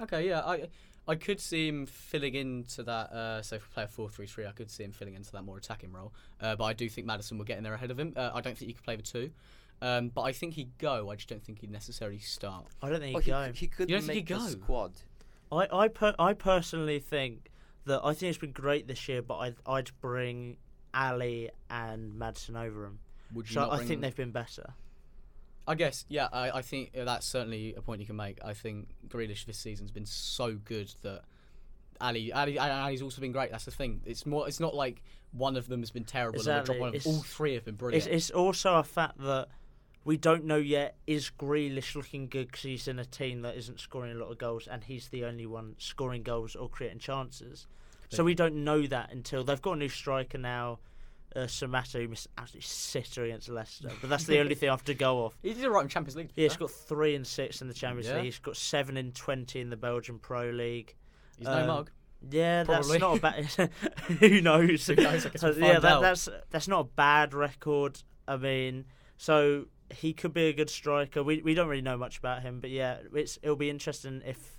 A: Okay, yeah, I I could see him filling into that. Uh, so if we play a four-three-three, I could see him filling into that more attacking role. Uh, but I do think Madison will get in there ahead of him. Uh, I don't think you could play the two, um, but I think he'd go. I just don't think he'd necessarily start.
B: I don't think
C: Oh,
B: he'd
C: he,
B: go.
C: c- he could
A: You don't think
C: make
A: he'd
C: the
A: go?
C: squad.
B: I I, per- I personally think that I think it's been great this year, but I'd, I'd bring Ali and Madison over him.
A: Would you
B: So
A: not
B: I
A: bring
B: think
A: them-
B: they've been better.
A: I guess, yeah, I, I think that's certainly a point you can make. I think Grealish this season's been so good that Ali, Ali, and Ali's also been great. That's the thing. It's more. It's not like one of them has been terrible.
B: Exactly.
A: And we dropped one
B: It's-
A: of, all three have been
B: It's,
A: brilliant.
B: it's also a fact that we don't know yet is Grealish looking good because he's in a team that isn't scoring a lot of goals and he's the only one scoring goals or creating chances. So we don't know that until they've got a new striker now, uh, Samata, who missed an absolute sitter against Leicester. But that's the only thing I have to go off.
A: he did all right in Champions League. to be
B: Yeah, he's
A: fair.
B: got three and six in the Champions
A: Yeah.
B: League. He's got seven and twenty in the Belgian Pro League.
A: He's no
B: um,
A: mug.
B: Yeah,
A: Probably.
B: that's not a bad. who knows?
A: Who knows? I guess we'll
B: yeah,
A: find
B: that,
A: out.
B: that's that's not a bad record. I mean, so he could be a good striker. We we don't really know much about him, but yeah, it's it'll be interesting if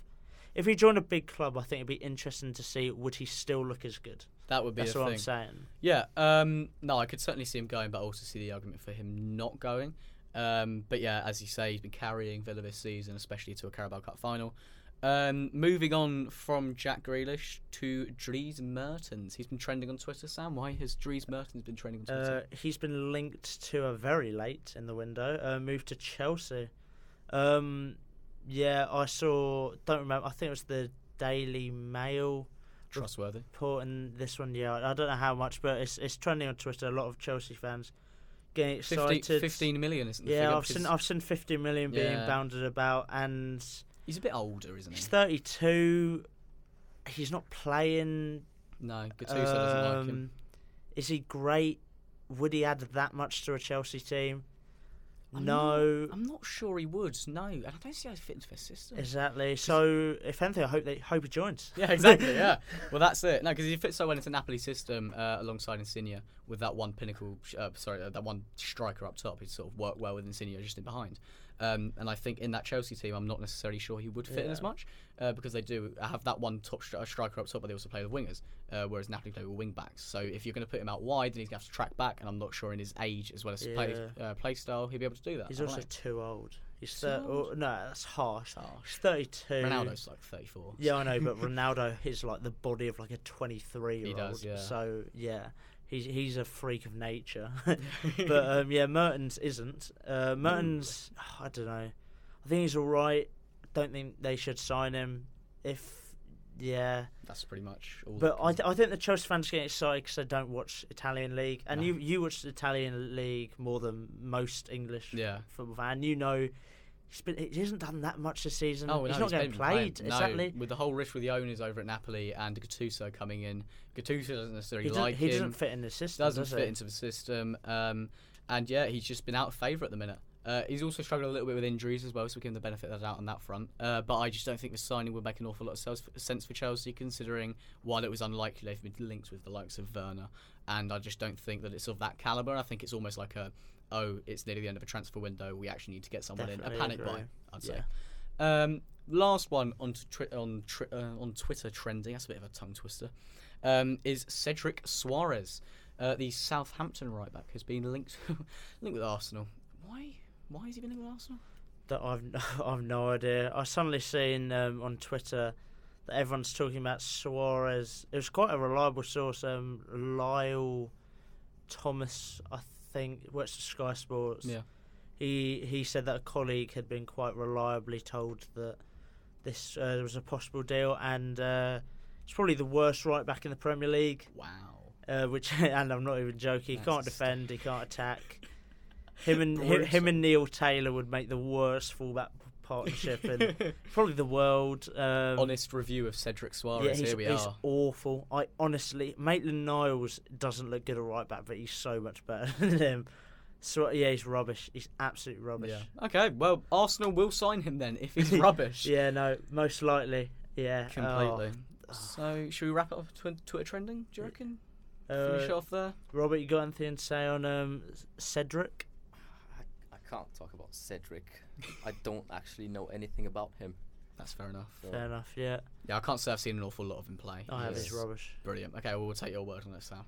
B: if he joined a big club. I think it'd be interesting to see would he still look as good.
A: That would be
B: That's
A: the
B: what
A: thing.
B: I'm saying.
A: Yeah. Um, no, I could certainly see him going, but I also see the argument for him not going. Um, but yeah, as you say, he's been carrying Villa this season, especially to a Carabao Cup final. Um, moving on from Jack Grealish to Dries Mertens. He's been trending on Twitter. Sam, why has Dries Mertens been trending on Twitter?
B: Uh, he's been linked to a very late in the window uh, move to Chelsea. Um, yeah, I saw. Don't remember. I think it was the Daily Mail
A: Trustworthy.
B: reporting this one. Yeah, I don't know how much, but it's it's trending on Twitter. A lot of Chelsea fans getting
A: 50,
B: excited.
A: 15 million, isn't the
B: yeah,
A: figure?
B: I've seen
A: Because
B: I've seen 50 million being
A: Yeah.
B: bounded about, and
A: He's a bit older, isn't he?
B: he's 32. He's not playing
A: No, Gattuso doesn't like him.
B: um, Is he great? Would he add that much to a Chelsea team?
A: I'm
B: no,
A: Not, I'm not sure he would. No, and I don't see how he fits into their system.
B: exactly. So, if anything, I hope they hope he joins.
A: Yeah, exactly. Yeah. Well, that's it. No, because he fits so well into Napoli's system uh, alongside Insigne with that one pinnacle, sh- uh, sorry, uh, that one striker up top. He'd sort of worked well with Insigne just in behind. Um, and I think in that Chelsea team, I'm not necessarily sure he would fit in as
B: Yeah.
A: much uh, because they do have that one top stri- uh, striker up top, but they also play with wingers, uh, whereas Napoli play with wing backs. So if you're going to put him out wide, then he's going to have to track back. And I'm not sure in his age as well as play,
B: Yeah.
A: uh, play style, he'll be able to do that.
B: He's
A: I don't
B: also
A: know.
B: too old. He's
A: Too
B: thir-
A: old?
B: oh, no, that's harsh.
A: Harsh.
B: He's thirty-two.
A: Ronaldo's like 34.
B: Yeah, I know, but Ronaldo is like the body of like a twenty-three-year-old.
A: does, yeah.
B: So yeah, he's he's a freak of nature. but um, yeah, Mertens isn't. Uh, Mertens, I don't know. I think he's all right. Don't think they should sign him. If yeah,
A: That's pretty much all.
B: but
A: that
B: I,
A: can-
B: th- I think the Chelsea fans get excited because they don't watch Italian league, and
A: No.
B: you you watch the Italian league more than most English
A: Yeah.
B: football fan. You know, he's been he hasn't done that much this season.
A: Oh,
B: he's
A: no,
B: not getting
A: been
B: played
A: playing.
B: exactly.
A: No, with the whole rift with the owners over at Napoli and Gattuso coming in, Gattuso doesn't necessarily
B: He, doesn't,
A: like
B: he
A: him.
B: doesn't fit in the system.
A: doesn't
B: does
A: fit
B: he?
A: into the system, um, and yeah, he's just been out of favour at the minute. Uh, he's also struggled a little bit with injuries as well, so we give him the benefit of the doubt on that front. Uh, but I just don't think the signing would make an awful lot of sels- sense for Chelsea, considering while it was unlikely they've been linked with the likes of Werner, and I just don't think that it's of that calibre. I think it's almost like a, oh, it's nearly the end of a transfer window, we actually need to get someone in.
B: Definitely
A: A panic
B: agree.
A: buy, I'd say. Um, last one on tri- on tri- uh, on Twitter trending. That's a bit of a tongue twister. Um, is Cedric Suarez, uh, the Southampton right back, has been linked linked with Arsenal. Why? Why has he been linked with Arsenal?
B: That I've I've no idea. I suddenly seen um, on Twitter that everyone's talking about Suarez. It was quite a reliable source. Um, Lyle Thomas, I think, works for Sky Sports.
A: Yeah.
B: He he said that a colleague had been quite reliably told that this uh, was a possible deal, and uh, it's probably the worst right back in the Premier League.
A: Wow.
B: Uh, which and I'm not even joking. He
A: That's
B: can't
A: a
B: defend. He can't attack. Him and him, him and Neil Taylor would make the worst fullback p- partnership in probably the world. Um,
A: Honest review of Cedric Suarez.
B: yeah, he's,
A: Here we
B: he's
A: are.
B: awful. I honestly, Maitland Niles doesn't look good at right back, but he's so much better than him. So yeah, he's rubbish. He's absolute rubbish.
A: Yeah. Okay. Well, Arsenal will sign him then if he's rubbish.
B: Yeah, no, most likely. Yeah, oh,
A: Completely. So, should we wrap it up with tw- Twitter trending? Do you reckon?
B: uh,
A: Finish off there.
B: Robert, you got anything to say on um, Cedric?
C: I, I can't talk about Cedric. I don't actually know anything about him.
A: That's fair enough.
C: So,
B: Fair enough. Yeah,
A: Yeah, I can't say I've seen an awful lot of him play.
B: I have
A: He's
B: his
C: Yes.
B: rubbish.
A: Brilliant. Okay, well, we'll take your word on it, Sam.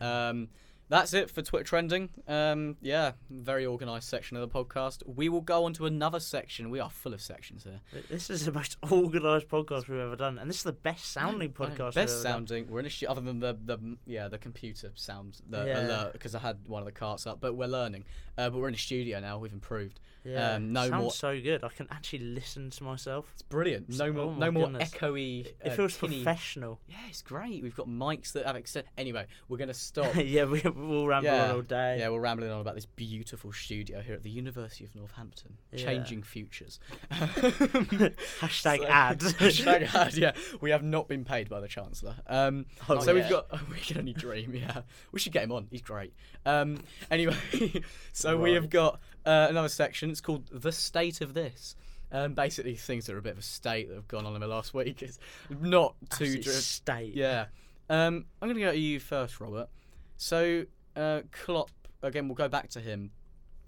A: Um, that's it for Twitter trending. Um, yeah, very organised section of the podcast. We will go on to another section. We are full of sections here.
B: Th- This is the most organised podcast we've ever done, and this is the best sounding podcast.
A: Best
B: we've ever
A: sounding. We're in a stu- other than the the yeah the computer sounds the
B: Yeah.
A: alert because I had one of the carts up, but we're learning. Uh, but we're in a studio now. We've improved.
B: Done. Yeah,
A: um, no
B: sounds
A: more-
B: so good. I can actually listen to myself.
A: It's brilliant. No
B: Oh
A: more
B: my
A: no more
B: goodness.
A: echoey.
B: It
A: uh,
B: feels
A: tinny-
B: professional.
A: Yeah, it's great. We've got mics that have extended. Anyway, we're gonna stop.
B: yeah, we, we'll ramble on
A: Yeah.
B: all day.
A: Yeah, we're rambling on about this beautiful studio here at the University of Northampton,
B: Yeah.
A: changing futures.
B: Hashtag
A: So-
B: ad.
A: Hashtag ad. Yeah, we have not been paid by the Chancellor. Um,
B: Oh,
A: so we've
C: yeah.
A: got. We can only dream. Yeah, we should get him on. He's great. Um, anyway, so we have got uh, another section. It's called the state of this. Um, basically, things that are a bit of a state that have gone on in the last week. It's not too.
B: Absolute
A: dri-
B: state.
A: yeah. Um, I'm going to go to you first, Robert. So, uh, Klopp, again, we'll go back to him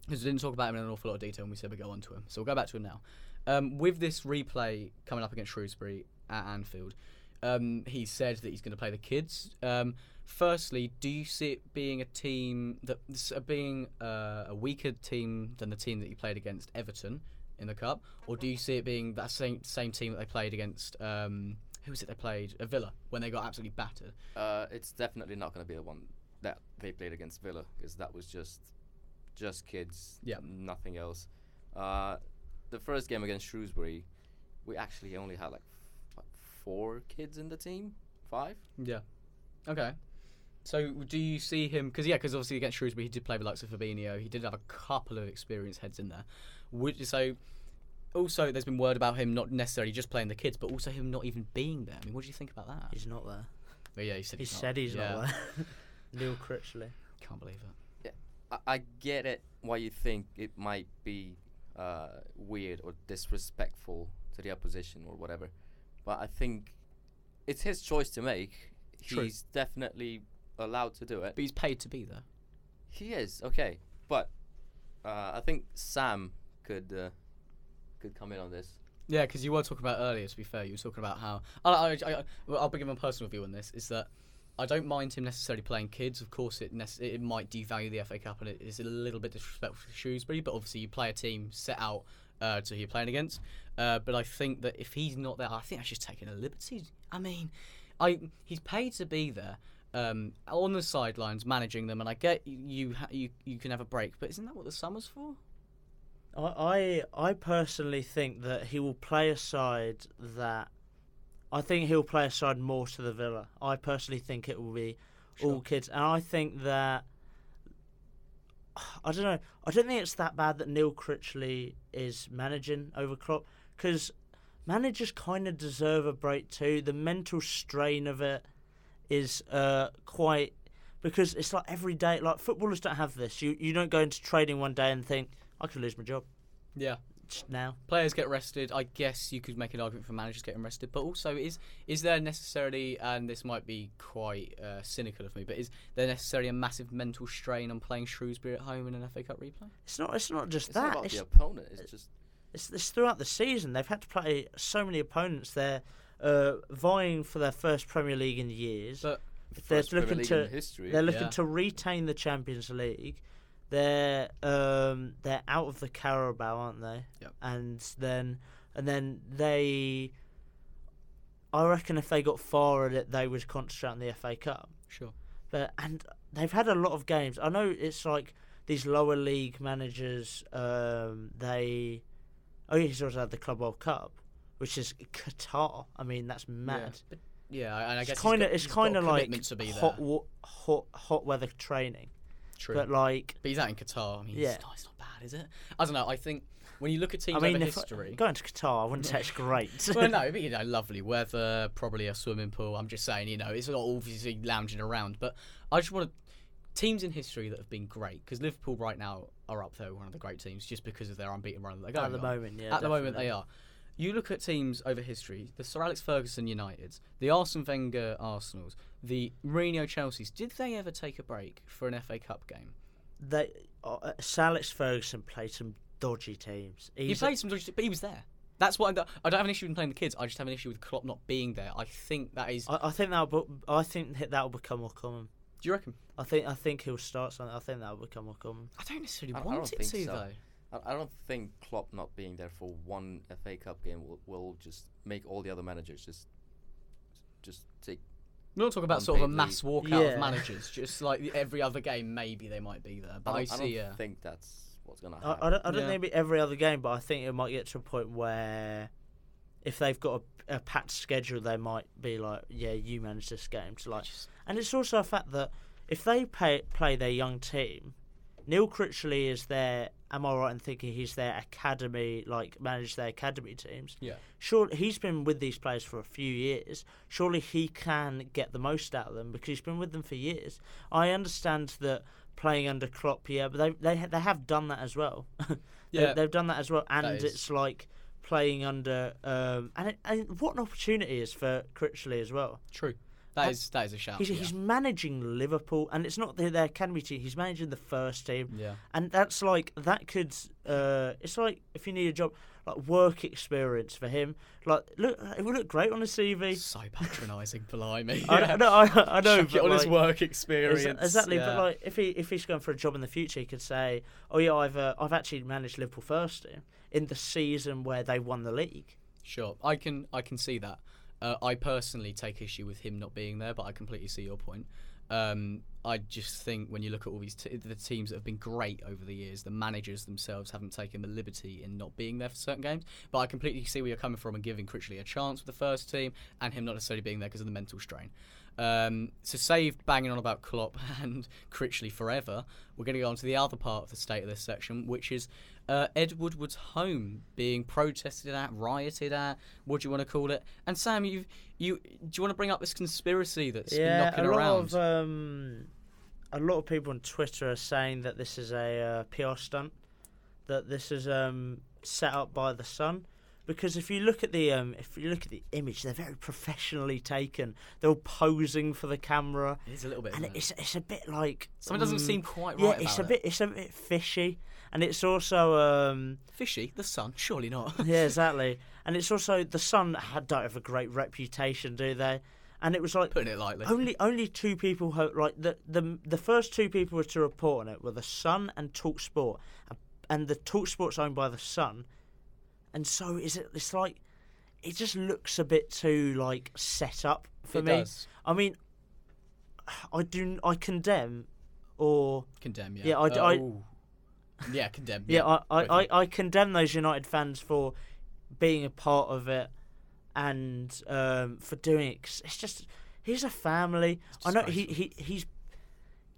A: because we didn't talk about him in an awful lot of detail and we said we'd go on to him. So, we'll go back to him now. Um, with this replay coming up against Shrewsbury at Anfield, um, he said that he's going to play the kids. Um, firstly, do you see it being a team that s- uh, being uh, a weaker team than the team that he played against Everton in the cup, or do you see it being that same same team that they played against? Um, who was it they played? A Villa when they got absolutely battered.
C: Uh, it's definitely not going to be the one that they played against Villa because that was just just kids,
A: Yeah.
C: nothing else. Uh, the first game against Shrewsbury, we actually only had like, f- like four kids in the team, five.
A: Yeah. Okay. So do you see him? Because yeah, because obviously against Shrewsbury he did play with the likes of Fabinho. He did have a couple of experienced heads in there. Would so. Also, there's been word about him not necessarily just playing the kids, but also him not even being there. I mean, what do you think about that?
B: He's not there.
A: But yeah, he said
B: He
A: he's
B: said
A: not.
B: he's
A: yeah.
B: not there. Neil Critchley.
A: Can't believe it.
C: I, I get it why you think it might be uh, weird or disrespectful to the opposition or whatever, but I think it's his choice to make.
A: True.
C: He's definitely allowed to do it.
A: But he's paid to be there.
C: He is okay, but uh, I think Sam could uh, could come in on this.
A: Yeah, because you were talking about earlier. To be fair, you were talking about how I, I, I, well, I'll give my personal view on this is that I don't mind him necessarily playing kids. Of course, it nece- it might devalue the FA Cup and it is a little bit disrespectful to Shrewsbury. But obviously, you play a team set out uh, to who you're playing against. Uh, but I think that if he's not there, I think that's just taking a liberty. I mean, I he's paid to be there. Um, on the sidelines, managing them, and I get you, you ha- you you can have a break, but isn't that what the summer's for?
B: I, I I personally think that he will play a side that I think he'll play a side more to the Villa. I personally think it will be all
A: Sure.
B: kids, and I think that I don't know. I don't think it's that bad that Neil Critchley is managing over Klopp because managers kind of deserve a break too. The mental strain of it is uh, quite because it's like every day. Like footballers don't have this. You you don't go into training one day and think I could lose my job
A: Yeah,
B: just now.
A: players get rested. I guess you could make an argument for managers getting rested, but also is is there necessarily and this might be quite uh, cynical of me, but is there necessarily a massive mental strain on playing Shrewsbury at home in an FA Cup replay?
B: It's not. It's not just
C: It's not
B: that.
C: about
B: it's,
C: the opponent. It's just
B: it's it's throughout the season. They've had to play so many opponents. They're uh, vying for their first Premier League in years.
A: But
C: the
B: They're
C: first Premier
B: looking
C: League
B: to-
C: in history.
B: They're looking
A: Yeah.
B: to retain the Champions League. They're um, they're out of the Carabao, aren't they?
A: Yep.
B: And then and then they, I reckon if they got far at it, they would concentrate on the FA Cup.
A: sure,
B: But and they've had a lot of games. I know it's like these lower league managers. Um, they oh, he's also had the Club World Cup, which is Qatar. I mean, that's mad
A: yeah, and I guess
B: it's kind
A: he's
B: of
A: got-
B: it's
A: he's got
B: kind of
A: a
B: like
A: commitment to be
B: hot,
A: there.
B: wa- hot hot weather training,
A: True,
B: but
A: but,
B: like
A: he's out in Qatar. I mean,
B: Yeah.
A: it's, not, it's not bad, is it? I don't know. I think when you look at teams
B: I mean,
A: over
B: if I-
A: history,
B: going to Qatar, I wouldn't say it's great.
A: well, no, but you know, lovely weather, probably a swimming pool. I'm just saying, you know, it's not obviously lounging around, but I just want to. Teams in history that have been great, because Liverpool right now are up there, with one of the great teams, just because of their unbeaten run that they're going
B: at the
A: on.
B: moment, yeah,
A: At the moment, they are. You look at teams over history: the Sir Alex Ferguson Uniteds, the Arsene Wenger Arsenals, the Mourinho Chelseas. Did they ever take a break for an FA Cup game?
B: They, uh, Sir Alex uh, Ferguson played some dodgy teams.
A: He
B: He's
A: played some, dodgy- but he was there. That's what I'm, I don't have an issue with playing the kids. I just have an issue with Klopp not being there. I think that is.
B: I, I think that'll. Be, I think that that'll become more common.
A: do you reckon?
B: I think. I think he'll start something. I think that'll become um, more common.
A: I don't necessarily
C: I- I
A: want
C: don't
A: it
C: think
A: to
C: so.
A: though.
C: I, I don't think Klopp not being there for one FA Cup game will, will just make all the other managers just just take.
A: We're not talking about
C: On
A: sort of a
C: paid
A: mass walkout
B: Yeah.
A: of managers. Just like every other game, maybe they might be there. But
C: I
A: I,
C: don't, I don't
A: see. uh,
C: think that's what's gonna
B: I,
C: happen.
B: I don't. I don't
A: Yeah.
B: think it'll be every other game, but I think it might get to a point where, if they've got a, a packed schedule, they might be like, "Yeah, you manage this game." To like,
A: just-
B: and it's also a fact that if they pay, play their young team, Neil Critchley is their. Am I right in thinking he's their academy, like manage their academy teams?
A: Yeah.
B: Sure, he's been with these players for a few years. Surely he can get the most out of them because he's been with them for years. I understand that playing under Klopp, yeah, but they they ha- they have done that as well.
A: Yeah.
B: they, have done that as well, and
A: is-
B: it's like playing under um and, it, and what an opportunity is for Critchley as well.
A: True.
B: Uh,
A: That is that is a shout.
B: He's,
A: Oh, yeah.
B: he's managing Liverpool, and it's not the, their academy team. He's managing the first team,
A: yeah.
B: and that's like that could. Uh, it's like if you need a job, like work experience for him. Like look, it would look great on his CV.
A: So patronising, blimey.
B: I,
A: Yeah.
B: I know, I, I know,
A: Chuck it on
B: but
A: his
B: like-
A: work
B: Exa-
A: experience.
B: Exactly,
A: yeah.
B: but like if he if he's going for a job in the future, he could say, "Oh yeah, I've uh, I've actually managed Liverpool first team in the season where they won the league."
A: Sure, I can I can see that. Uh, I personally take issue with him not being there, but I completely see your point. Um, I just think when you look at all these t- the teams that have been great over the years, the managers themselves haven't taken the liberty in not being there for certain games. But I completely see where you're coming from and giving Critchley a chance with the first team, and him not necessarily being there because of the mental strain. Um, so save banging on about Klopp and Critchley forever. We're going to go on to the other part of the state of this section, which is uh, Ed Woodward's home being protested at, rioted at. What do you want to call it? And Sam, you have you do you want to bring up this conspiracy that's
B: yeah,
A: been
B: a
A: knocking
B: lot
A: around?
B: of um, a lot of people on Twitter are saying that this is a uh, PR stunt, that this is um, set up by the Sun, because if you look at the um, if you look at the image, they're very professionally taken. They're all posing for the camera,
A: it is a little bit.
B: and
A: isn't it?
B: it's it's a bit like
A: Something doesn't
B: mm,
A: seem quite
B: Yeah,
A: right.
B: it's a
A: about
B: bit it's a bit fishy, and it's also um,
A: it. fishy. The sun, surely not.
B: yeah, exactly. And it's also the Sun had don't have a great reputation, do they? And it was like
A: Putting it lightly.
B: only only two people ho- like the the the first two people were to report on it were the Sun and Talksport, and, and the Talksport's owned by the Sun, and so is it? It's like it just looks a bit too like set up for
A: It
B: me.
A: does.
B: I mean, I do I condemn or
A: Condemn. Yeah.
B: Yeah, I d-
A: Uh,
B: I-
A: ooh. yeah, condemn.
B: Yeah, I,
A: with
B: I, I,
A: you.
B: I condemn those United fans for being a part of it and um, for doing it. 'cause it's just he's a family. I know he, he he's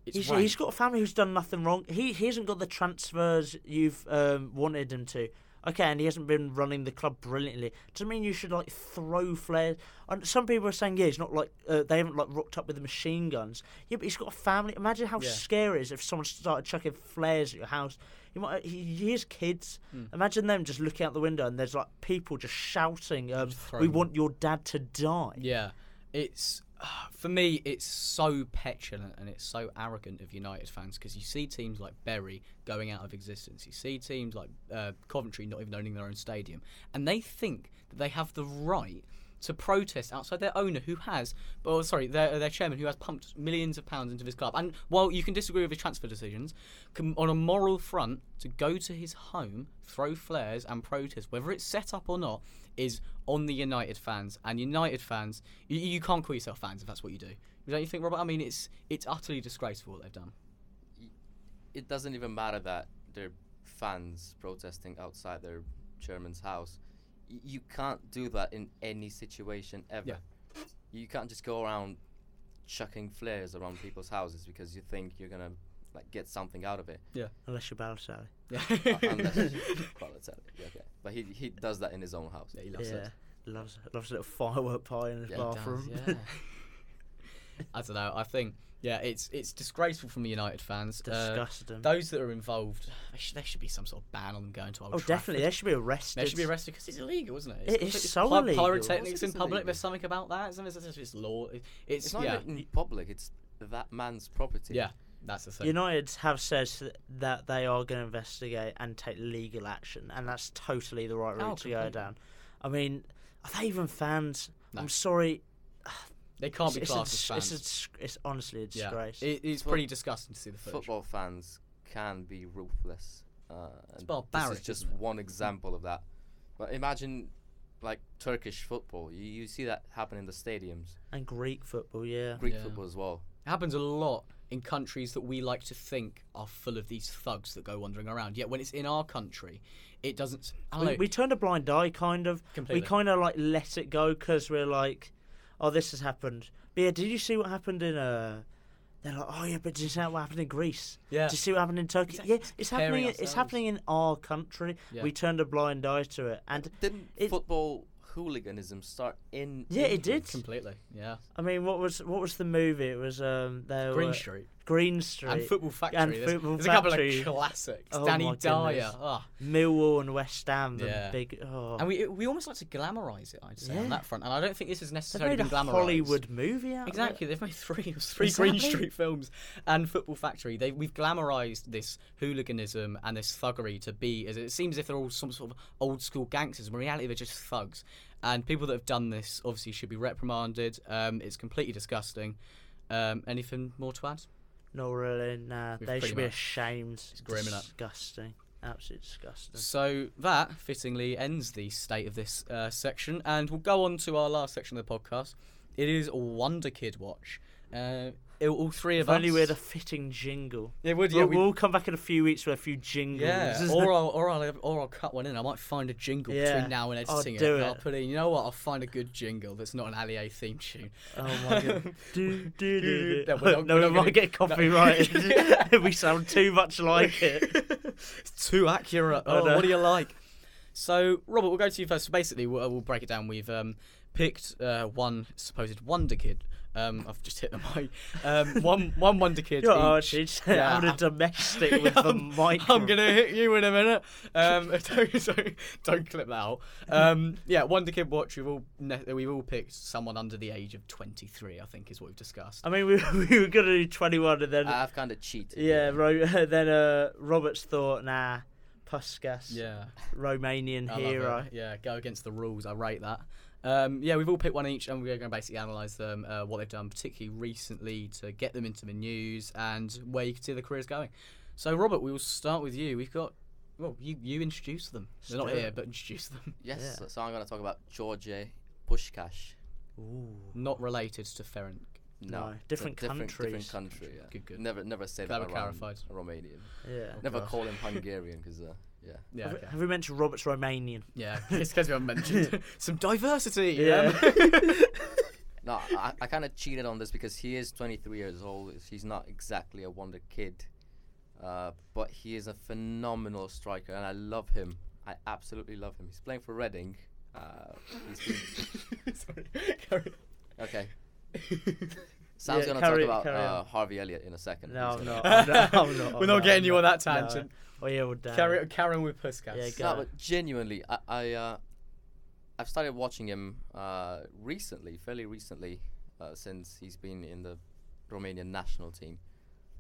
A: It's
B: he's,
A: rank.
B: he's got a family who's done nothing wrong. He he hasn't got the transfers you've um, wanted him to. Okay, and he hasn't been running the club brilliantly. Doesn't mean you should like throw flares. And some people are saying, yeah, he's not like uh, they haven't like rocked up with the machine guns. Yeah, but he's got a family. Imagine how
A: Yeah.
B: scary it is if someone started chucking flares at your house. You might he, he has kids.
A: Hmm.
B: Imagine them just looking out the window and there's like people just shouting, um, "We
A: throwing-
B: want your dad to die."
A: Yeah, it's uh, for me. It's so petulant and it's so arrogant of United fans because you see teams like Bury going out of existence. You see teams like uh, Coventry not even owning their own stadium, and they think that they have the right to protest outside their owner who has well sorry their, their chairman who has pumped millions of pounds into this club and while you can disagree with his transfer decisions com- on a moral front to go to his home throw flares and protest whether it's set up or not is on the United fans, and United fans, you, you can't call yourself fans if that's what you do. Don't you think, Robert? I mean, it's it's utterly disgraceful what they've done.
C: It doesn't even matter that they're fans protesting outside their chairman's house. Y- you can't do that in any situation ever.
A: Yeah.
C: You can't just go around chucking flares around people's houses because you think you're gonna like get something out of it.
B: Unless you're Balotelli.
A: Yeah,
C: Uh, unless Balotelli, yeah, okay. But he he does that in his own house.
A: Yeah, he loves
B: yeah.
A: it.
B: Loves loves a little firework pie in his
C: Yeah, he does,
B: bathroom.
A: yeah. I don't know. I think yeah, it's it's disgraceful from the United fans. Uh,
B: Disgusting.
A: those that are involved, there should, there should be some sort of ban on them going to Old
B: oh,
A: Trafford.
B: definitely. They should be arrested.
A: They should be arrested because it's illegal, isn't it?
B: It is so
A: py-
B: illegal.
C: What's
A: Pyrotechnics
C: it
A: in
C: it's
A: public.
C: illegal?
A: There's something about that. It's, it's, it's law. It's,
C: It's not
A: yeah.
C: even in public. It's that man's property.
A: Yeah. That's the thing.
B: United have said that they are going to investigate and take legal action, and that's totally the right route
A: Oh,
B: to go
A: completely.
B: down. I mean, are they even fans?
A: No.
B: I'm sorry.
A: they can't be
B: it's,
A: classed
B: it's, a,
A: as
B: dis-
A: fans.
B: It's, a, dis- it's honestly a
A: yeah.
B: disgrace.
A: It, it's
C: Well,
A: pretty disgusting to see the footage.
C: Football fans can be ruthless. Uh, and This
A: barbaric,
C: is just
A: isn't it?
C: one example of that. But imagine, like Turkish football. You, you see that happen in the stadiums.
B: and Greek football, yeah.
C: Greek
A: Yeah.
C: football as well.
A: It happens a lot in countries that we like to think are full of these thugs that go wandering around. Yet when it's in our country, it doesn't. I don't
B: We,
A: know,
B: we turned a blind eye, kind of.
A: Completely.
B: We kind of like let it go because we're like, oh, this has happened. But yeah, did you see what happened in uh? They're like, oh yeah, but did you see what happened in Greece?
A: Yeah.
B: Did you see what happened in Turkey?
A: Exactly.
B: Yeah,
A: It's
B: it's
A: comparing
B: happening. It's
A: ourselves.
B: happening in our country.
A: Yeah.
B: We turned a blind eye to it, and
C: Didn't
B: It-
C: football hooliganism start in?
B: yeah, it did.
A: completely. Yeah,
B: I mean, what was what was the movie? It was um, there
A: Green
B: were,
A: Street
B: Green Street,
A: and Football Factory. there's
B: Football
A: there's
B: Factory.
A: a couple of classics.
B: Oh my
A: Danny
B: goodness.
A: Dyer. Ah.
B: Millwall and West Ham. The
A: Yeah.
B: big. Oh.
A: And we we almost like to glamorise it. I'd say
B: Yeah.
A: on that front, and I don't think this has
B: They've
A: necessarily
B: made a
A: been glamorised.
B: Hollywood movie out of it.
A: Exactly, they've made three three Green
B: Exactly.
A: Street films and Football Factory. They we've glamorized this hooliganism and this thuggery to be as it seems as if they're all some sort of old school gangsters. In reality, they're just thugs. And people that have done this obviously should be reprimanded. Um, it's completely disgusting. Um, anything more to add?
B: No, really, nah.
A: We've
B: they
A: pretty
B: should be
A: much-
B: ashamed. It's
A: grim, innit?
B: Disgusting. Absolutely disgusting.
A: So that fittingly ends the state of this uh, section, and we'll go on to our last section of the podcast. It is Wonder Kid Watch. Uh, it- all three of
B: If only
A: us.
B: we had a fitting jingle.
A: it would.
B: We'll,
A: we-
B: we'll come back in a few weeks with a few jingles.
A: Yeah, or I'll, or I'll or I'll cut one in. I might find a jingle
B: Yeah,
A: between now and
B: I'll
A: editing
B: do
A: it. I'll
B: it.
A: put in. You know what? I'll find a good jingle that's not an Ali A theme tune.
B: oh my god. do, do, do, do.
A: No, we're not-
B: no,
A: we're
B: we
A: not
B: might
A: gonna-
B: get copyrighted. we sound too much like it.
A: It's too accurate.
B: I
A: Oh,
B: know.
A: what do you like? So, Robert, we'll go to you first. So basically, we'll, we'll break it down. We've um, picked uh, one supposed wonder kid. Um, I've just hit the mic. Um, one one wonder kid.
B: You're
A: each.
B: Archie.
A: Yeah,
B: having a
A: I'm-
B: domestic with the
A: I'm-
B: mic.
A: I'm gonna hit you in a minute. Um, don't, sorry, don't clip that out. Um, yeah, Wonder Kid Watch. We've all ne- we've all picked someone under the age of 23. I think is what we've discussed.
B: I mean, we, we were gonna do 21 and then
A: Uh,
C: I've kind of cheated.
B: yeah, ro- then uh, Roberts thought, nah, Puskas,
A: Yeah,
B: Romanian
A: I love it.
B: hero.
A: Yeah, go against the rules. I rate that. Um, yeah, we've all picked one each, and we're going to basically analyse them, uh, what they've done, particularly recently, to get them into the news and where you can see their careers going. So, Robert, we will start with you. We've got, well, you you introduce them. They're not
B: Sure.
A: here, but introduce them.
C: Yes.
B: Yeah.
C: So I'm gonna talk about George Pushkash.
B: Ooh.
A: Not related to Ferenc.
C: No,
B: No, different countries.
C: Different country. Yeah.
A: Good, good.
C: Never, never say
A: Glad
C: that.
A: we
C: around
A: clarified.
C: a Romanian.
B: Yeah.
C: Never
A: God.
C: call him Hungarian because, uh, yeah.
A: Yeah,
B: Have,
A: okay.
B: we, have we mentioned Robert's Romanian?
A: yeah. It's because we haven't mentioned some diversity.
B: Yeah.
A: um.
C: No, I, I kind of cheated on this because he is 23 years old. He's not exactly a wonder kid, uh, but he is a phenomenal striker, and I love him. I absolutely love him. He's playing for Reading. Uh, he's been-
A: Sorry. Carry
C: okay. Sam's
B: Yeah,
C: gonna
B: carry-
C: talk about
B: carry
C: uh,
B: on.
C: Harvey Elliott in a second.
B: No,
C: He's
B: I'm
C: a-
B: not.
A: on.
B: I'm not, I'm not
A: We're not
B: I'm
A: getting you on
B: not,
A: that
B: no.
A: tangent.
B: Oh yeah, we're down.
A: Carry, carry on with Puskas.
B: Yeah,
C: No,
B: go.
C: but genuinely, I, I uh, I've started watching him uh, recently, fairly recently, uh, since he's been in the Romanian national team,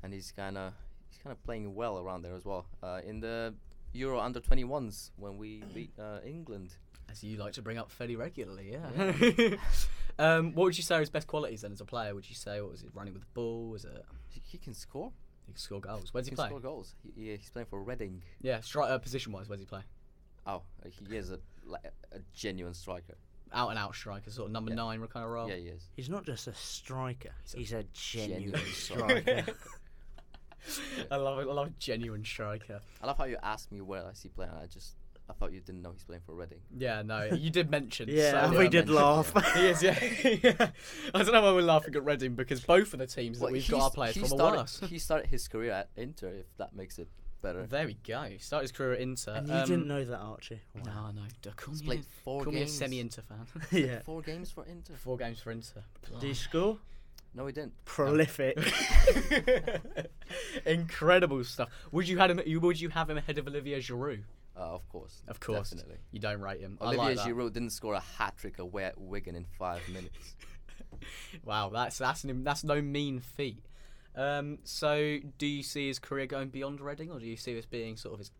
C: and he's kind of he's kind of playing well around there as well. Uh, in the Euro under 21s when we beat uh, England,
A: As you like to bring up fairly regularly, yeah. um, what would you say are his best qualities then as a player? Would you say, what was it, running with the ball? Was it,
C: he, he can score.
A: he can score goals? Where's
C: He
A: he
C: can
A: play?
C: score goals. He, he- he's playing for Reading.
A: Yeah, stri- uh, position wise, where's he play?
C: Oh, uh, he is a like a, a genuine striker.
A: Out and out striker, sort of number
C: Yeah.
A: nine kind of role.
C: Yeah, he is.
B: He's not just a striker.
A: He's a
B: He's a genuine
C: genuine
B: striker.
A: I love it. I love genuine striker.
C: I love how you asked me where I see playing. and I just I thought you didn't know he's playing for Reading.
A: Yeah, no, you did mention.
B: yeah,
A: so-
B: and we
C: yeah,
B: did
C: mentioned,
B: laugh.
A: He is, yeah. yeah. I don't know why we're laughing at Reading because both of the teams that
C: Well,
A: we've
C: he's-
A: got our players
C: he
A: from
C: started,
A: are worse.
C: He started his career at Inter, if that makes it better.
A: There we go. He started his career at Inter.
B: and you
A: um,
B: didn't know that, Archie. Wow.
A: No, no. d- Call
C: He's
A: me,
C: played
A: a-
C: four
A: call me a
C: games.
A: semi-Inter fan.
B: yeah.
C: Four games for Inter.
A: Four games for Inter.
B: Did he score?
C: No, he didn't.
B: Prolific.
A: Incredible stuff. Would you had him? you- Would you have him ahead of Olivier Giroud?
C: Uh, of course.
A: Of course.
C: Definitely.
A: You don't rate him. I
C: Olivier
A: like that.
C: Giroud didn't score a hat trick away at Wigan in five minutes.
A: Wow, that's that's an, that's no mean feat. Um, so, do you see his career going beyond Reading, or do you see this being sort of his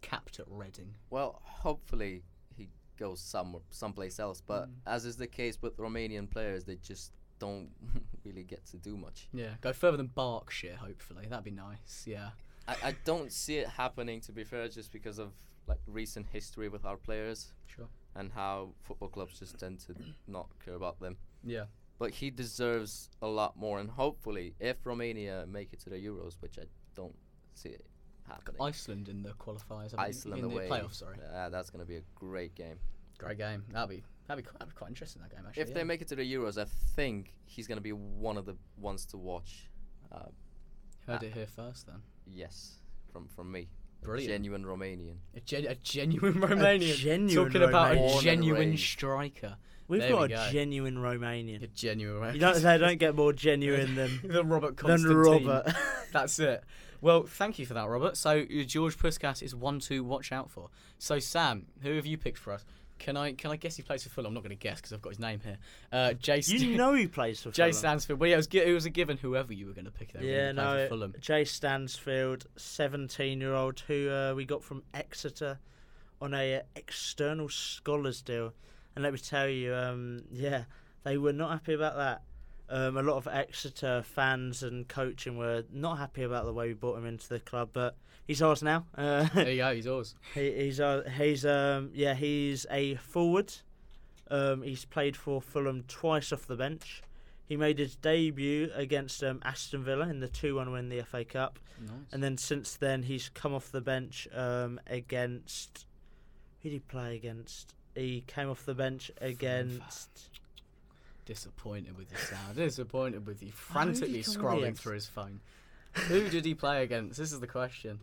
A: capped at Reading?
C: Well, hopefully he goes some someplace else. But
A: Mm.
C: as is the case with Romanian players, they just don't really get to do much.
A: Yeah, go further than Berkshire, hopefully. That'd be nice. Yeah.
C: I, I don't see it happening. To be fair, just because of like recent history with our players
A: Sure.
C: and how football clubs just tend to not care about them.
A: Yeah.
C: But he deserves a lot more, and hopefully, if Romania make it to the Euros, which I don't see it happening,
A: Iceland in the qualifiers. I think,
C: Iceland
A: in the
C: away,
A: playoffs. Sorry.
C: uh, that's going to be a great game.
A: Great game. That'd be that'd be quite, that'd be quite interesting. That game actually.
C: If
A: yeah.
C: they make it to the Euros, I think he's going to be one of the ones to watch. Uh,
A: heard it here first, then.
C: yes, from from me, A
A: Brilliant.
C: genuine Romanian.
A: A, gen- a genuine Romanian.
B: genuine
A: Talking about
B: Romanian.
A: a
C: Born and
A: genuine
C: raised.
A: striker.
B: We've
A: There
B: got
A: we
B: a
A: go.
B: genuine Romanian.
A: A genuine. Romanian.
B: You don't, they don't get more genuine than
A: the Robert
B: than
A: Constantine.
B: Robert.
A: That's it. Well, thank you for that, Robert. So uh, George Puskas is one to watch out for. So Sam, who have you picked for us? Can I can I guess he plays for Fulham? I'm not going to guess because I've got his name here. Uh, Jay.
B: you know he plays for
A: Jay
B: Fulham.
A: Stansfield. Well, yeah, it was, gi- it was a given. Whoever you were going to pick there.
B: yeah,
A: when you played
B: no.
A: for Fulham.
B: Jay Stansfield, 17-year-old, who uh, we got from Exeter on a uh, external scholars deal. And let me tell you, um, yeah, they were not happy about that. Um, a lot of Exeter fans and coaching were not happy about the way we brought him into the club, but he's ours now. Uh,
A: There you go. He's ours.
B: He, he's uh, he's um yeah he's a forward. Um, he's played for Fulham twice off the bench. He made his debut against um, Aston Villa in the two-one win in the FA Cup,
A: Nice.
B: and then since then he's come off the bench um, against. Who did he play against? He came off the bench against.
A: Disappointed with you, Sam. Disappointed with you. Frantically
B: come
A: scrolling
B: against?
A: through his phone. Who did he play against? This is the question.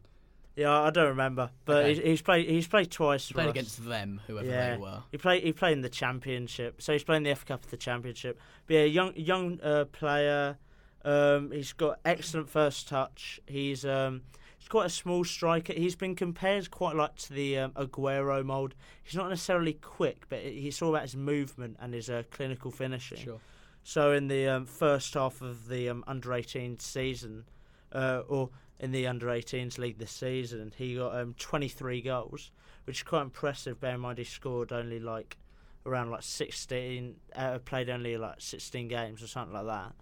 B: Yeah, I don't remember, but
A: Okay.
B: he's, he's played. He's played twice.
A: He
B: for
A: played
B: us.
A: against them, whoever
B: Yeah.
A: they were.
B: He play he played in the championship, so he's playing the FA Cup of the championship. But yeah, young young uh, player. Um, he's got excellent first touch. He's um, he's quite a small striker. He's been compared quite like to the um, Aguero mold. He's not necessarily quick, but it- he's all about his movement and his uh, clinical finishing.
A: Sure.
B: So in the um, first half of the um, under 18 season, uh, or in the under 18s league this season, he got um, 23 goals, which is quite impressive. Bear in mind he scored only like around like 16, uh, played only like 16 games or something like that.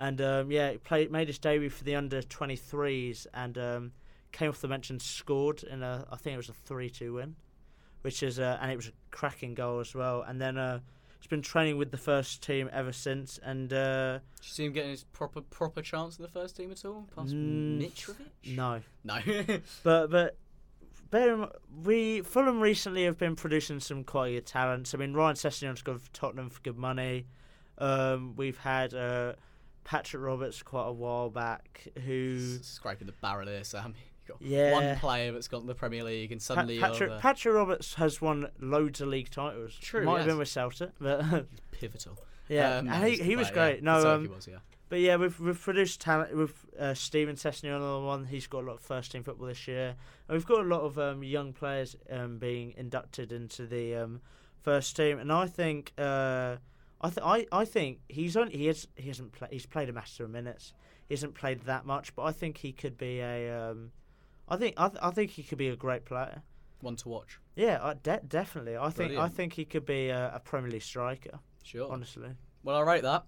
B: And um, yeah, he played made his debut for the under 23s and um, came off the bench and scored in a I think it was a 3-2 win, which is uh, and it was a cracking goal as well. And then. Uh, He's been training with the first team ever since, and uh,
A: Did you see him getting his proper proper chance in the first team at all? Past
B: Mm,
A: Mitrovic?
B: no, Mm.
A: No.
B: but but bear in mind, we Fulham recently have been producing some quite good talents. I mean, Ryan Sessegnon's gone for Tottenham for good money. Um, we've had uh, Patrick Roberts quite a while back, who
A: S- Scraping the barrel here, Sam. You've got one
B: Yeah.
A: player that's got the Premier League and
B: Pa-
A: suddenly
B: Patrick
A: you're the
B: Patrick Roberts has won loads of league titles.
A: True, he
B: might have
A: has.
B: been with Celtic, but
A: pivotal.
B: yeah,
A: Um,
B: and he,
A: he's the
B: he was
A: player, yeah.
B: great. No,
A: Sorry,
B: um,
A: he was, yeah.
B: But yeah, we've we've produced talent with uh, Steven Sessegnon, another one. He's got a lot of first team football this year, and we've got a lot of um, young players um, being inducted into the um, first team. And I think uh, I, th- I I think he's only he has he hasn't played he's played a master of minutes. He hasn't played that much, but I think he could be a um, I think I, th- I think he could be a great player.
A: One to watch.
B: Yeah, I de- definitely. I think I
A: Brilliant.
B: think he could be a, a Premier League striker.
A: Sure.
B: Honestly,
A: Well, I rate that.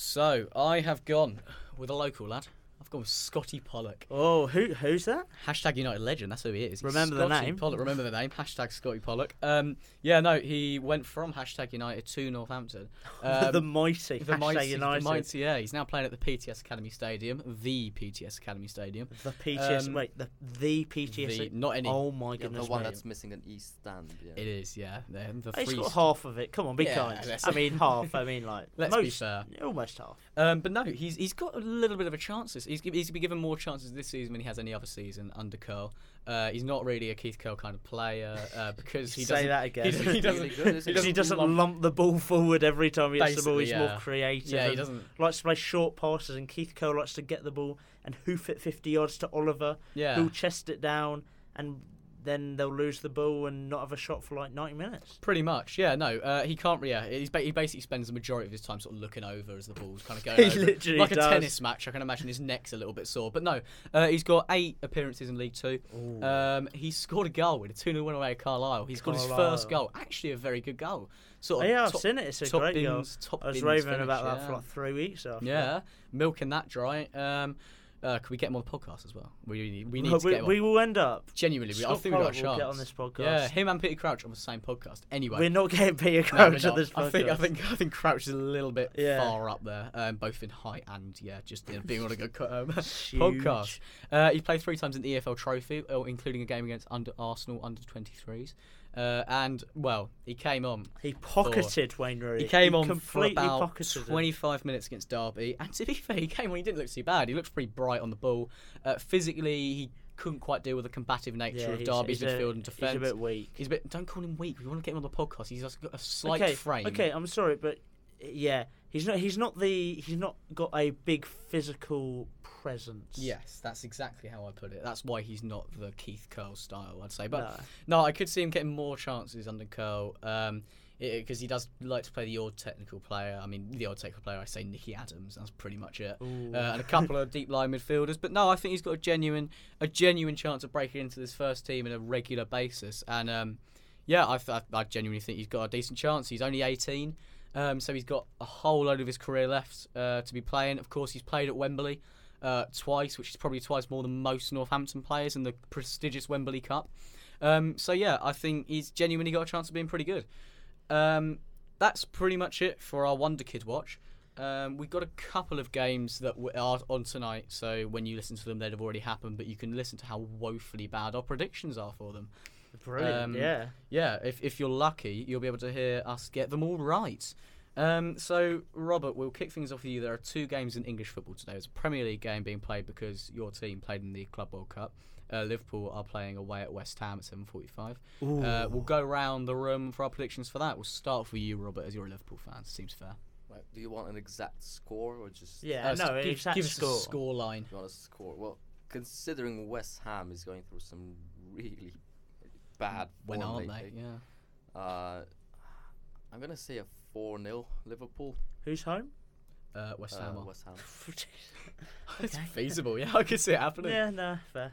A: So I have gone with a local lad. I've gone with Scotty Pollock.
B: oh, who who's that?
A: Hashtag United legend. That's who he is. He's
B: Remember the
A: Scotty
B: name.
A: Pollock. Remember the name. Hashtag Scotty Pollock. Um, yeah, no, he went from hashtag United to Northampton. Um,
B: the mighty,
A: the
B: hashtag
A: mighty,
B: United.
A: the mighty. Yeah, he's now playing at the PTS Academy Stadium, the PTS Academy Stadium.
B: The PTS,
A: Um,
B: wait, the the PTS.
A: The, not any.
B: oh my
C: Yeah,
B: goodness,
C: the one
B: mate.
C: that's missing an East stand. Yeah.
A: It is, yeah. The, the
B: He's
A: three
B: got
A: s-
B: half of it. Come on, be
A: Yeah,
B: kind.
A: let's-
B: I mean, half. I mean, like
A: Let's
B: most,
A: be fair.
B: almost half.
A: Um, but no, he's he's got a little bit of a chance. This he's he's been given more chances this season than he has any other season under Curl. Uh, he's not really a Keith Curl kind of player uh, because he
B: Say
A: doesn't.
B: that
A: He,
B: again.
A: doesn't- he doesn't.
C: Really good, isn't
A: he
C: he?
B: Because
A: doesn't.
B: he doesn't
A: lump-
B: lump the ball forward every time he gets the ball. He's
A: Basically,
B: more
A: yeah.
B: creative.
A: yeah, he
B: and
A: doesn't.
B: Likes to play short passes, and Keith Cole likes to get the ball and hoof it 50 yards to Oliver,
A: Yeah,
B: who'll chest it down and then they'll lose the ball and not have a shot for like 90 minutes.
A: Pretty much, yeah. No, uh, he can't. Yeah, he's ba- he basically spends the majority of his time sort of looking over as the ball's kind of going.
B: He
A: over.
B: literally
A: like
B: does.
A: a tennis match. I can imagine his neck's a little bit sore, but no, uh, he's got eight appearances in League Two. Um, he scored a goal with a two 0 win away at Carlisle. He scored his first
B: Carlisle.
A: goal. Actually, a very good goal. Sort of
B: yeah, I've
A: top,
B: seen it. It's a
A: top
B: great goal.
A: bins- top
B: I was
A: bins
B: raving
A: finish,
B: about that
A: yeah.
B: for like three weeks after.
A: Yeah, milking that dry. Um, uh, can we get him on the podcast as well? We we need
B: Well,
A: to
B: we,
A: get him on.
B: we will end up.
A: Genuinely, we, I
B: Scott
A: think we got a
B: Pollard will
A: chance.
B: get on this podcast.
A: Yeah, him and Peter Crouch on the same podcast. Anyway,
B: We're not getting Peter
A: No, we're
B: Crouch on
A: not.
B: this podcast.
A: I think I think I think Crouch is a little bit
B: Yeah.
A: far up there, um, both in height and yeah, just uh, being on a good co- um,
B: It's
A: podcast.
B: huge.
A: Uh, he played three times in the EFL Trophy, uh, including a game against under Arsenal under 23s, uh, and well, he came on.
B: He pocketed Wayne Rooney.
A: He came on for
B: completely
A: about
B: pocketed him.
A: 25 minutes against Derby, and to be fair, he came on. He didn't look too bad. He looked pretty bright on the ball. Uh, physically, he couldn't quite deal with the combative nature
B: Yeah,
A: of
B: he's-
A: Derby's
B: he's a-
A: midfield and defence.
B: He's a bit weak.
A: He's a bit. Don't call him weak. We want to get him on the podcast. He's just got a slight
B: okay,
A: frame.
B: Okay, I'm sorry, but uh, yeah, he's not. He's not the. He's not got a big physical presence.
A: Yes, that's exactly how I put it. That's why he's not the Keith Curl style, I'd say. But
B: No.
A: no, I could see him getting more chances under Curl um, because he does like to play the odd technical player. I mean, the odd technical player, I say Nicky Adams. That's pretty much it. Uh, and a couple of deep line midfielders. But no, I think he's got a genuine, a genuine chance of breaking into this first team on a regular basis. And um, yeah, I, th- I genuinely think he's got a decent chance. He's only 18. Um, so he's got a whole load of his career left uh, to be playing. Of course, he's played at Wembley uh, twice, which is probably twice more than most Northampton players in the prestigious Wembley Cup. Um, so yeah, I think he's genuinely got a chance of being pretty good. Um, that's pretty much it for our Wonder Kid watch. Um, we've got a couple of games that w- are on tonight, so when you listen to them, they'd have already happened. But you can listen to how woefully bad our predictions are for them.
B: Brilliant.
A: Um,
B: yeah.
A: Yeah, if, if you're lucky, you'll be able to hear us get them all right. Um, so, Robert, we'll kick things off with you. There are two games in English football today. There's a Premier League game being played because your team played in the Club World Cup. Uh, Liverpool are playing away at West Ham at 7.45. Uh, we'll go round the room for our predictions for that. We'll start for you, Robert, as you're a Liverpool fan. Seems fair.
C: Right, do you want an exact score or just
B: Yeah.
A: Uh,
B: no.
A: give,
B: exact
A: give us
B: score.
A: a score line.
C: do you want a score? Well, considering West Ham is going through some really bad
A: When
C: form
A: are they?
C: lately,
A: Yeah.
C: Uh, I'm gonna say a four 0 Liverpool.
B: Who's home?
A: Uh, West
C: Uh,
A: Ham. are.
C: West Ham.
A: it's feasible. Yeah, I could see it happening. Yeah.
B: yeah. No. Fair.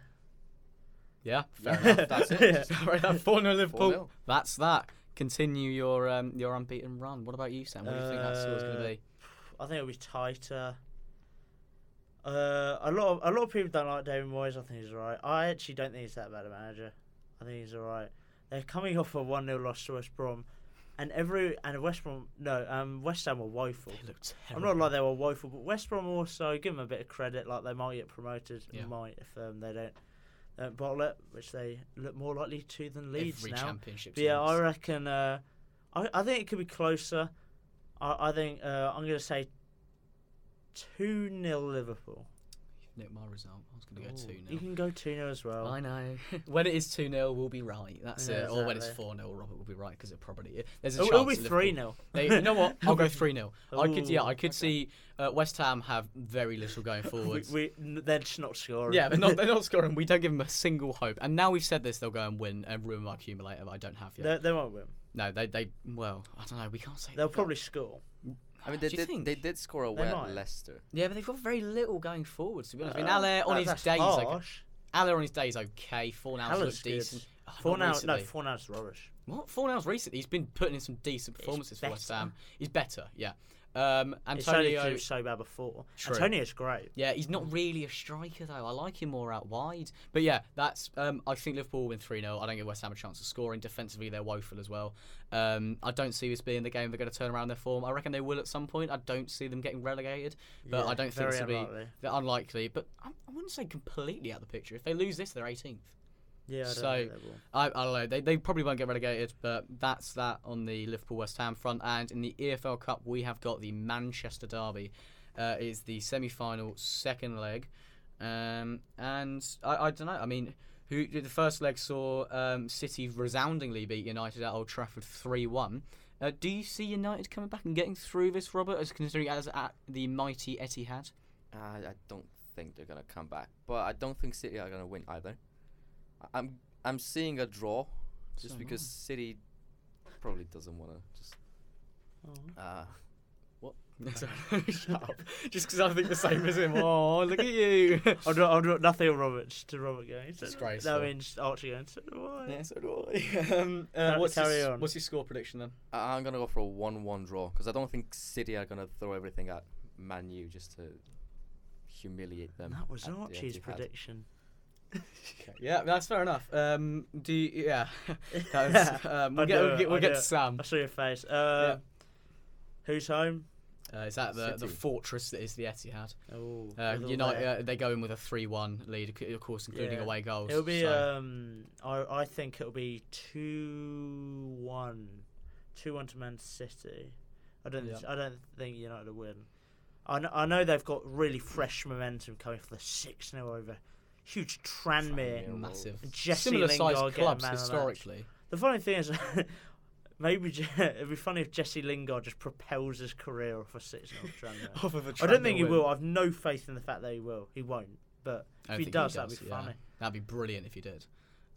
A: fair
C: Yeah,
A: enough.
C: that's it.
A: Sorry, that 4 0 Liverpool.
C: 4-0.
A: That's that. Continue your um, your unbeaten run. What about you, Sam? What do you think that score's going to
B: Uh,
A: be?
B: I think it'll be tighter. Uh, a lot of a lot of people don't like David Moyes. I think he's alright. I actually don't think he's that bad a manager. I think he's alright. They're coming off a one 0 loss to West Brom, and every and West Brom no um West Ham were woeful.
A: They look
B: I'm
A: terrible.
B: not like they were woeful, but West Brom also give them a bit of credit. Like they might get promoted,
A: Yeah.
B: might if um, they don't don't bottle it, which they look more likely to than Leeds
A: Every
B: now.
A: championship.
B: But yeah,
A: team's-
B: I reckon. Uh, I I think it could be closer. I I think uh, I'm going to say two 0 Liverpool.
A: Nick, my result. I was going to go 2 0.
B: You can go two 0 as well.
A: I know. when it is 2 0, we'll be right. That's
B: Yeah,
A: it. Or when it's
B: exactly.
A: 4
B: Oh,
A: 0, Robert will be right because it probably There's a
B: It'll,
A: chance.
B: it'll be
A: Liverpool-
B: three 0
A: They, you know what? I'll go 3 0. I could, yeah,
B: Ooh,
A: I could see uh, West Ham have very little going
B: We,
A: forwards.
B: we n- they're just not scoring.
A: Yeah, they're not, they're not scoring. We don't give them a single hope. And now we've said this, they'll go and win uh, and ruin my accumulator that I don't have yet.
B: they, they won't win.
A: no, they, they, well, I don't know. We can't say
B: They'll
A: that.
B: probably score.
C: I mean, they
A: Do you
C: did
A: think?
C: they did score away
B: might.
C: at Leicester.
A: Yeah, but they've got very little going forwards, to be honest. I mean,
B: Uh,
A: Allaire on
B: that-
A: his
B: that's
A: days, okay.
B: harsh.
A: Allaire on his days, okay. Four now's
B: Haller's
A: looked
B: good.
A: decent. Oh, not
B: Four now, no,
A: recently.
B: four now's rubbish.
A: What? Four now's recently. He's been putting in some decent performances for West
B: better.
A: Ham. He's better, yeah. Um,
B: It's only
A: Antonio.
B: because it was so bad before.
A: True.
B: Antonio's great.
A: Yeah, he's not really a striker though. I like him more out wide. But yeah, that's um, I think Liverpool will win three 0 I don't give West Ham a chance of scoring. Defensively, they're woeful as well. Um, I don't see this being the game they're going to turn around their form. I reckon they will at some point. I don't see them getting relegated, but
B: Yeah,
A: I don't think
B: very
A: this will be.
B: unlikely.
A: They're unlikely, but I, I wouldn't say completely out of the picture. If they lose this, they're 18th.
B: Yeah, I don't
A: So-
B: think they will.
A: I, I don't know. They, they probably won't get relegated, but that's that on the Liverpool West Ham front. And in the EFL Cup, we have got the Manchester Derby. Uh, is the semi final second leg. Um, and I, I don't know. I mean, who the first leg saw um, City resoundingly beat United at Old Trafford 3 1. Uh, do you see United coming back and getting through this, Robert, as considering as at the mighty Etihad?
C: Uh, I don't think they're gonna come back, but I don't think City are gonna win either. I- I'm I'm seeing a draw, just
A: So
C: because
A: nice.
C: City probably doesn't want to just.
B: Oh.
C: Uh,
A: Sorry, Shut up. Just because I think the same as him. Oh, look at you.
B: I'll do, I'll do nothing on Roberts to Robert Gaines.
A: Disgraceful.
B: That means Archie Gaines. Why?
A: yeah, so do I. Um, uh,
B: Ca-
A: what's, your
B: carry
A: s-
B: on.
A: what's your score prediction then?
C: I- I'm gonna go for a one-one draw because I don't think City are gonna throw everything at Man U just to humiliate them.
B: That was
C: at the
B: Archie's
C: Etihad.
B: prediction.
A: Yeah, that's fair enough. Um, do you, yeah. That was, um, we'll
B: I
A: get,
B: do
A: we'll
B: it,
A: get,
B: I
A: we'll
B: do
A: get
B: it.
A: to Sam.
B: I saw your face. Uh, Who's home?
A: Uh, is that the, the
C: City.
A: fortress that is the Etihad?
B: Oh,
A: Uh,
B: with all
A: United,
B: that.
A: uh, they go in with a 3 1 lead, c- of course, including
B: Yeah.
A: away goals.
B: it'll be.
A: so-
B: Um, I I think it'll be two one, two one to Man City. I don't.
A: Yeah.
B: I don't think United will win. I know, I know they've got really fresh momentum coming for the six 0 over. Huge Tranmere.
C: Tranmere. Yeah,
A: massive.
B: well, Jesse
A: Similar
B: Lingard
A: sized
B: get a
A: clubs
B: man of the match.
A: historically.
B: The funny thing is, maybe Je- it'd be funny if Jesse Lingard just propels his career off a six 0 Tranmere.
A: Off of a
B: I don't think he
A: treadmill
B: will.
A: win.
B: I've no faith in the fact that he will. He won't.
A: I
B: But if
A: don't
B: he
A: think
B: does, that'd be
A: yeah.
B: funny.
A: That'd be brilliant if he did.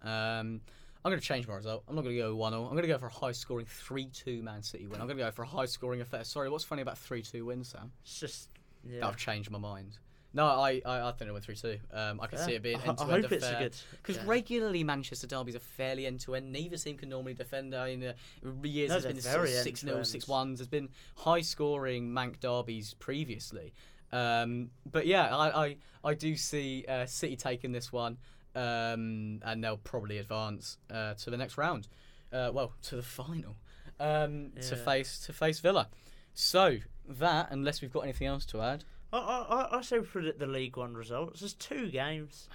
A: Um, I'm going to change my result. I'm not going to go 1 0. I'm going to go for a high scoring 3 2 Man City win. I'm going to go for a high scoring affair. Sorry, what's funny about 3 2 wins, Sam?
B: It's just. Yeah.
A: I've changed my mind. No, I, I, I think it went 3 2. Um, I can
B: Yeah.
A: see it being
B: I-
A: end to
B: I
A: end
B: hope it's a good.
A: Because
B: yeah.
A: regularly Manchester derbies are fairly end to end. Neither team can normally defend. I mean, uh, years
B: No,
A: has
B: they're
A: been this sort of
B: very
A: 6 0,
B: end-to-end.
A: 6 1s. There's been high scoring Manc derbies previously. Um, but yeah, I, I, I do see uh, City taking this one um, and they'll probably advance uh, to the next round. Uh, well, to the final um, to
B: Yeah.
A: face to face Villa. So that, unless we've got anything else to add,
B: I, I, I- I say predict the League One results. There's two games,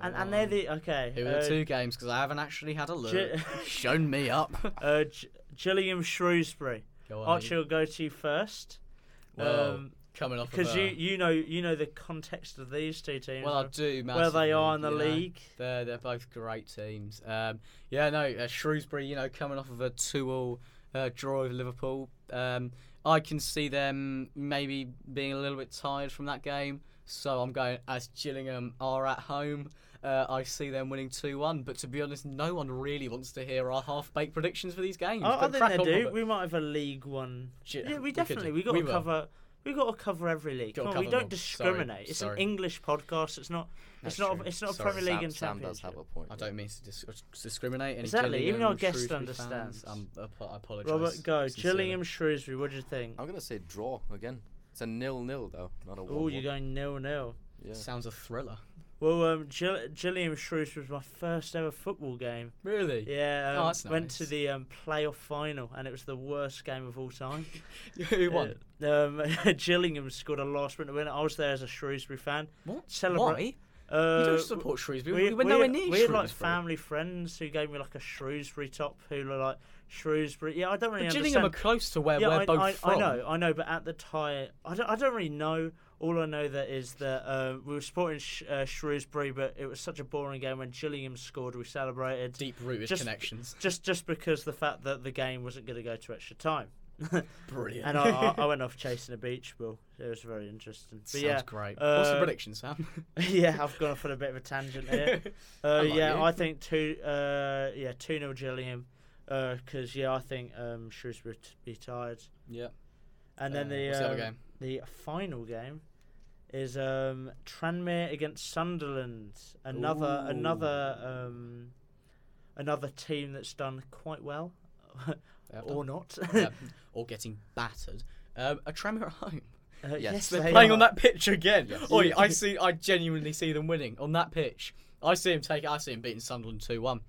B: and, and
A: there
B: they're the okay.
A: Oh. who are
B: uh,
A: the two games? Because I haven't actually had a look.
B: Gi-
A: Shown me up.
B: uh, G- Gillingham Shrewsbury.
A: Go on,
B: Archie will go to you first.
A: Well,
B: um,
A: coming off
B: because
A: of
B: you
A: a-
B: you know you know the context of these two teams.
A: well, I
B: right?
A: do
B: where they are in the
A: massively, you know.
B: league.
A: They're they're both great teams. Um, yeah, no, uh, Shrewsbury, you know, coming off of a two-all uh, draw with Liverpool, um, I can see them maybe being a little bit tired from that game. So I'm going as Gillingham are at home. Uh, I see them winning two-one. But to be honest, no one really wants to hear our half-baked predictions for these games.
B: Oh, I, I
A: But crack
B: think
A: on,
B: they do.
A: Robert.
B: We might have a League One.
A: Shit,
B: Yeah,
A: we
B: we
A: could
B: definitely
A: do.
B: we got
A: We
B: to
A: will.
B: cover. We got to cover every league.
A: Gotta
B: Come on, we
A: cover
B: don't
A: them all. Sorry,
B: discriminate. it's
A: sorry.
B: an English podcast. It's not.
A: That's
B: it's not.
A: true.
B: It's not a
A: Sorry.
B: Premier
C: Sam,
B: League and
C: Sam
B: Championship.
C: does have a point.
A: I
C: yeah.
A: don't mean to dis- discriminate. Any
B: Exactly, even
A: Gillingham,
B: our guest
A: Shrewsbury fans,
B: understands.
A: I'm- I apo- I apologise.
B: Robert, go.
A: sincerely.
B: Gillingham, Shrewsbury. What do you think?
C: I'm gonna say draw again. It's a nil-nil though, not a
B: Oh,
C: one.
B: you're going nil nil.
C: Yeah.
A: Sounds a thriller.
B: Well, um, Gill- Gillingham Shrewsbury was my first ever football game.
A: Really?
B: Yeah,
A: Oh,
B: um,
A: that's
B: went
A: nice.
B: to the um, playoff final, and it was the worst game of all time.
A: Who won?
B: Uh, um, Gillingham scored a last minute winner. I was there as a Shrewsbury fan.
A: what?
B: celebrate-
A: Why?
B: Uh,
A: you don't support Shrewsbury. We,
B: We,
A: are were
B: we-
A: nowhere near
B: we had
A: Shrewsbury.
B: like family friends who gave me like a Shrewsbury top who were like Shrewsbury. Yeah, I don't really
A: but Gillingham are
B: understand.
A: close to where
B: yeah,
A: we're
B: I,
A: both
B: I, I
A: from.
B: know, I know, but at the time, I don't, I don't really know. All I know that is that uh, we were supporting Sh- uh, Shrewsbury, but it was such a boring game. When Gillingham scored, we celebrated
A: Deep rooted
B: Just-
A: connections.
B: just just because the fact that the game wasn't going to go to extra time.
A: Brilliant.
B: And I, I, I went off chasing a beach ball. It was very interesting. But
A: Sounds
B: yeah,
A: great. What's the
B: uh,
A: prediction, Sam?
B: yeah, I've gone off on a bit of a tangent here. Uh,
A: like
B: yeah,
A: you.
B: I think two. Uh, yeah, two 0 Gillingham. Because yeah, I think um, Shrewsbury t- be tired.
A: yeah.
B: And
A: Uh,
B: then the
A: what's the
B: um,
A: other game?
B: the final game is um, Tranmere against Sunderland. Another
A: Ooh.
B: another um, another team that's done quite well,
A: They have
B: or
A: done.
B: not.
A: yeah. Or getting battered. Um, a Tranmere at home.
B: Uh,
C: Yes.
A: They're
B: they
A: playing on
B: are.
A: that pitch again.
C: Yes.
A: Oi, I see. I genuinely see them winning on that pitch. I see him take. I see him beating Sunderland two one.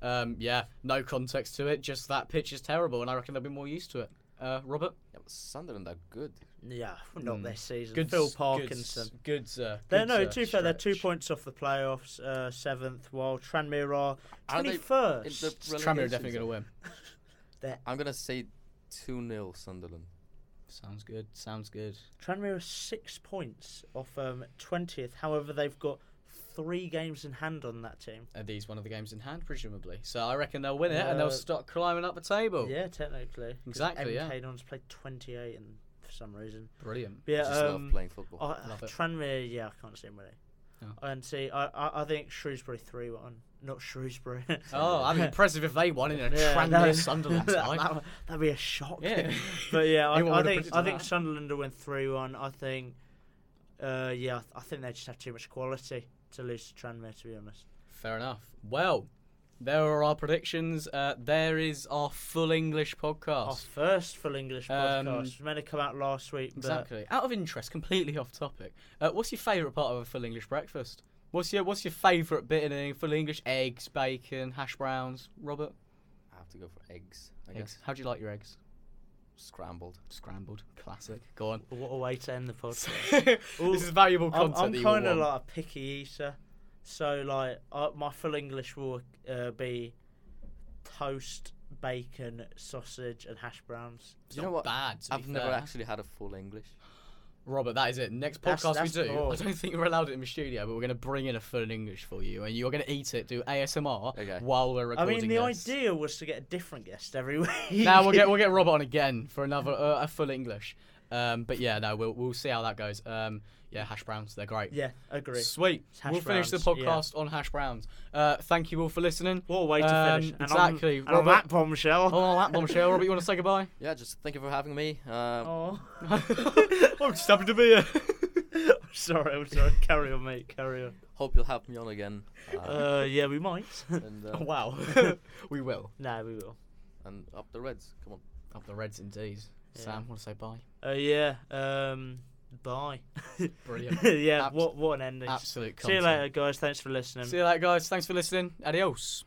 A: Um, yeah, no context to it. Just that pitch is terrible, and I reckon they'll be more used to it. Uh, Robert,
C: Yeah, but Sunderland are good.
B: Yeah, not
A: Mm.
B: this season.
A: good.
B: Phil
A: s-
B: Parkinson.
A: Good. s- good uh,
B: They're
A: good,
B: no,
A: uh,
B: to be fair, they're two
A: stretch.
B: points off the playoffs, uh, seventh, while Tranmere are
C: Are they
B: twenty
C: in
B: first.
C: the
A: Tranmere are
C: relegation
A: definitely going to
C: zone?
A: win.
C: I'm gonna say two 0 Sunderland.
A: Sounds good. Sounds good.
B: Tranmere are six points off um twentieth. However, they've got three games in hand on that team.
A: Are these one of the games in hand, presumably? So I reckon they'll win it, and
B: Uh,
A: they'll start climbing up the table.
B: Yeah, technically. 'cause
A: Exactly, yeah.
B: MK Dons played twenty eight, and for some reason,
A: Brilliant.
B: But yeah.
C: I just love
B: um,
C: playing football.
B: I-
A: Love it.
B: Tranmere, yeah, I can't see them winning.
A: Oh.
B: And see, I, I I think Shrewsbury three one, not Shrewsbury.
A: Oh, I mean, impressive if they won in a yeah,
B: no.
A: Sunderland
B: that,
A: tie.
B: that would- that'd be a shock.
A: Yeah.
B: but yeah, I,
A: Anyone
B: I
A: would've
B: think
A: predicted
B: I think
A: that.
B: Sunderland will win three one. I think, uh, yeah, I, th- I think they just have too much quality to lose to Tranmere. To be honest,
A: Fair enough. Well, there are our predictions. Uh, there is our full English
B: our
A: podcast.
B: first full English podcast
A: Um,
B: It was meant to come out last week, but
A: exactly. Out of interest, completely off topic. Uh, what's your favourite part of a full English breakfast? What's your What's your favourite bit in a full English? Eggs, bacon, hash browns. Robert,
C: I have to go for eggs. I
A: eggs.
C: guess
A: How do you like your eggs?
C: scrambled.
A: Scrambled, classic. Go on.
B: what a way to end the podcast. Ooh,
A: this is valuable
B: I'm,
A: content.
B: I'm
A: that you
B: kind
A: will
B: of
A: want.
B: like a picky eater, so like I, my full English will uh, be toast, bacon, sausage, and hash browns.
A: It's
C: You
A: not
C: know what?
A: Bad. to
C: I've
A: be
C: never
A: fair.
C: actually had a full English.
A: Robert, that is it. Next
B: That's-
A: podcast
B: that's
A: we do,
B: cool.
A: I don't think we're allowed it in the studio, but we're going to bring in a full English for you, and you're going to eat it, do ASMR
C: Okay.
A: while we're
B: I
A: recording.
B: mean, the
A: this.
B: idea was to get a different guest every week.
A: Now we'll get we'll get Robert on again for another uh, a full English. Um, but yeah, no, we'll we'll see how that goes. Um, yeah, hash browns, they're great.
B: yeah, agree.
A: Sweet.
B: It's hash
A: we'll finish the
B: browns, yeah.
A: podcast on hash browns. Uh, thank you all for listening.
B: What a way to
A: Um,
B: finish. And
A: exactly,
B: On, and on
A: Robert.
B: that bombshell.
A: Oh, that bombshell, Robert, you Oh. want to say goodbye?
C: Yeah, just thank you for having me. Uh,
B: Oh.
A: I'm just happy to be here.
B: I'm sorry, I'm sorry. Carry on, mate. Carry on.
C: Hope you'll have me on again. Uh,
B: Uh, yeah, we might.
C: and, uh,
A: wow, we will.
B: nah, we will.
C: and up the Reds. Come on.
A: Up the Reds indeed.
B: Yeah.
A: Sam, want to say bye?
B: Uh, yeah. Um, bye.
A: Brilliant.
B: yeah.
A: Abs-
B: what? What an ending.
A: Absolute.
B: See you
A: content.
B: later, guys. Thanks for listening.
A: See you later, guys. Thanks for listening. Adios.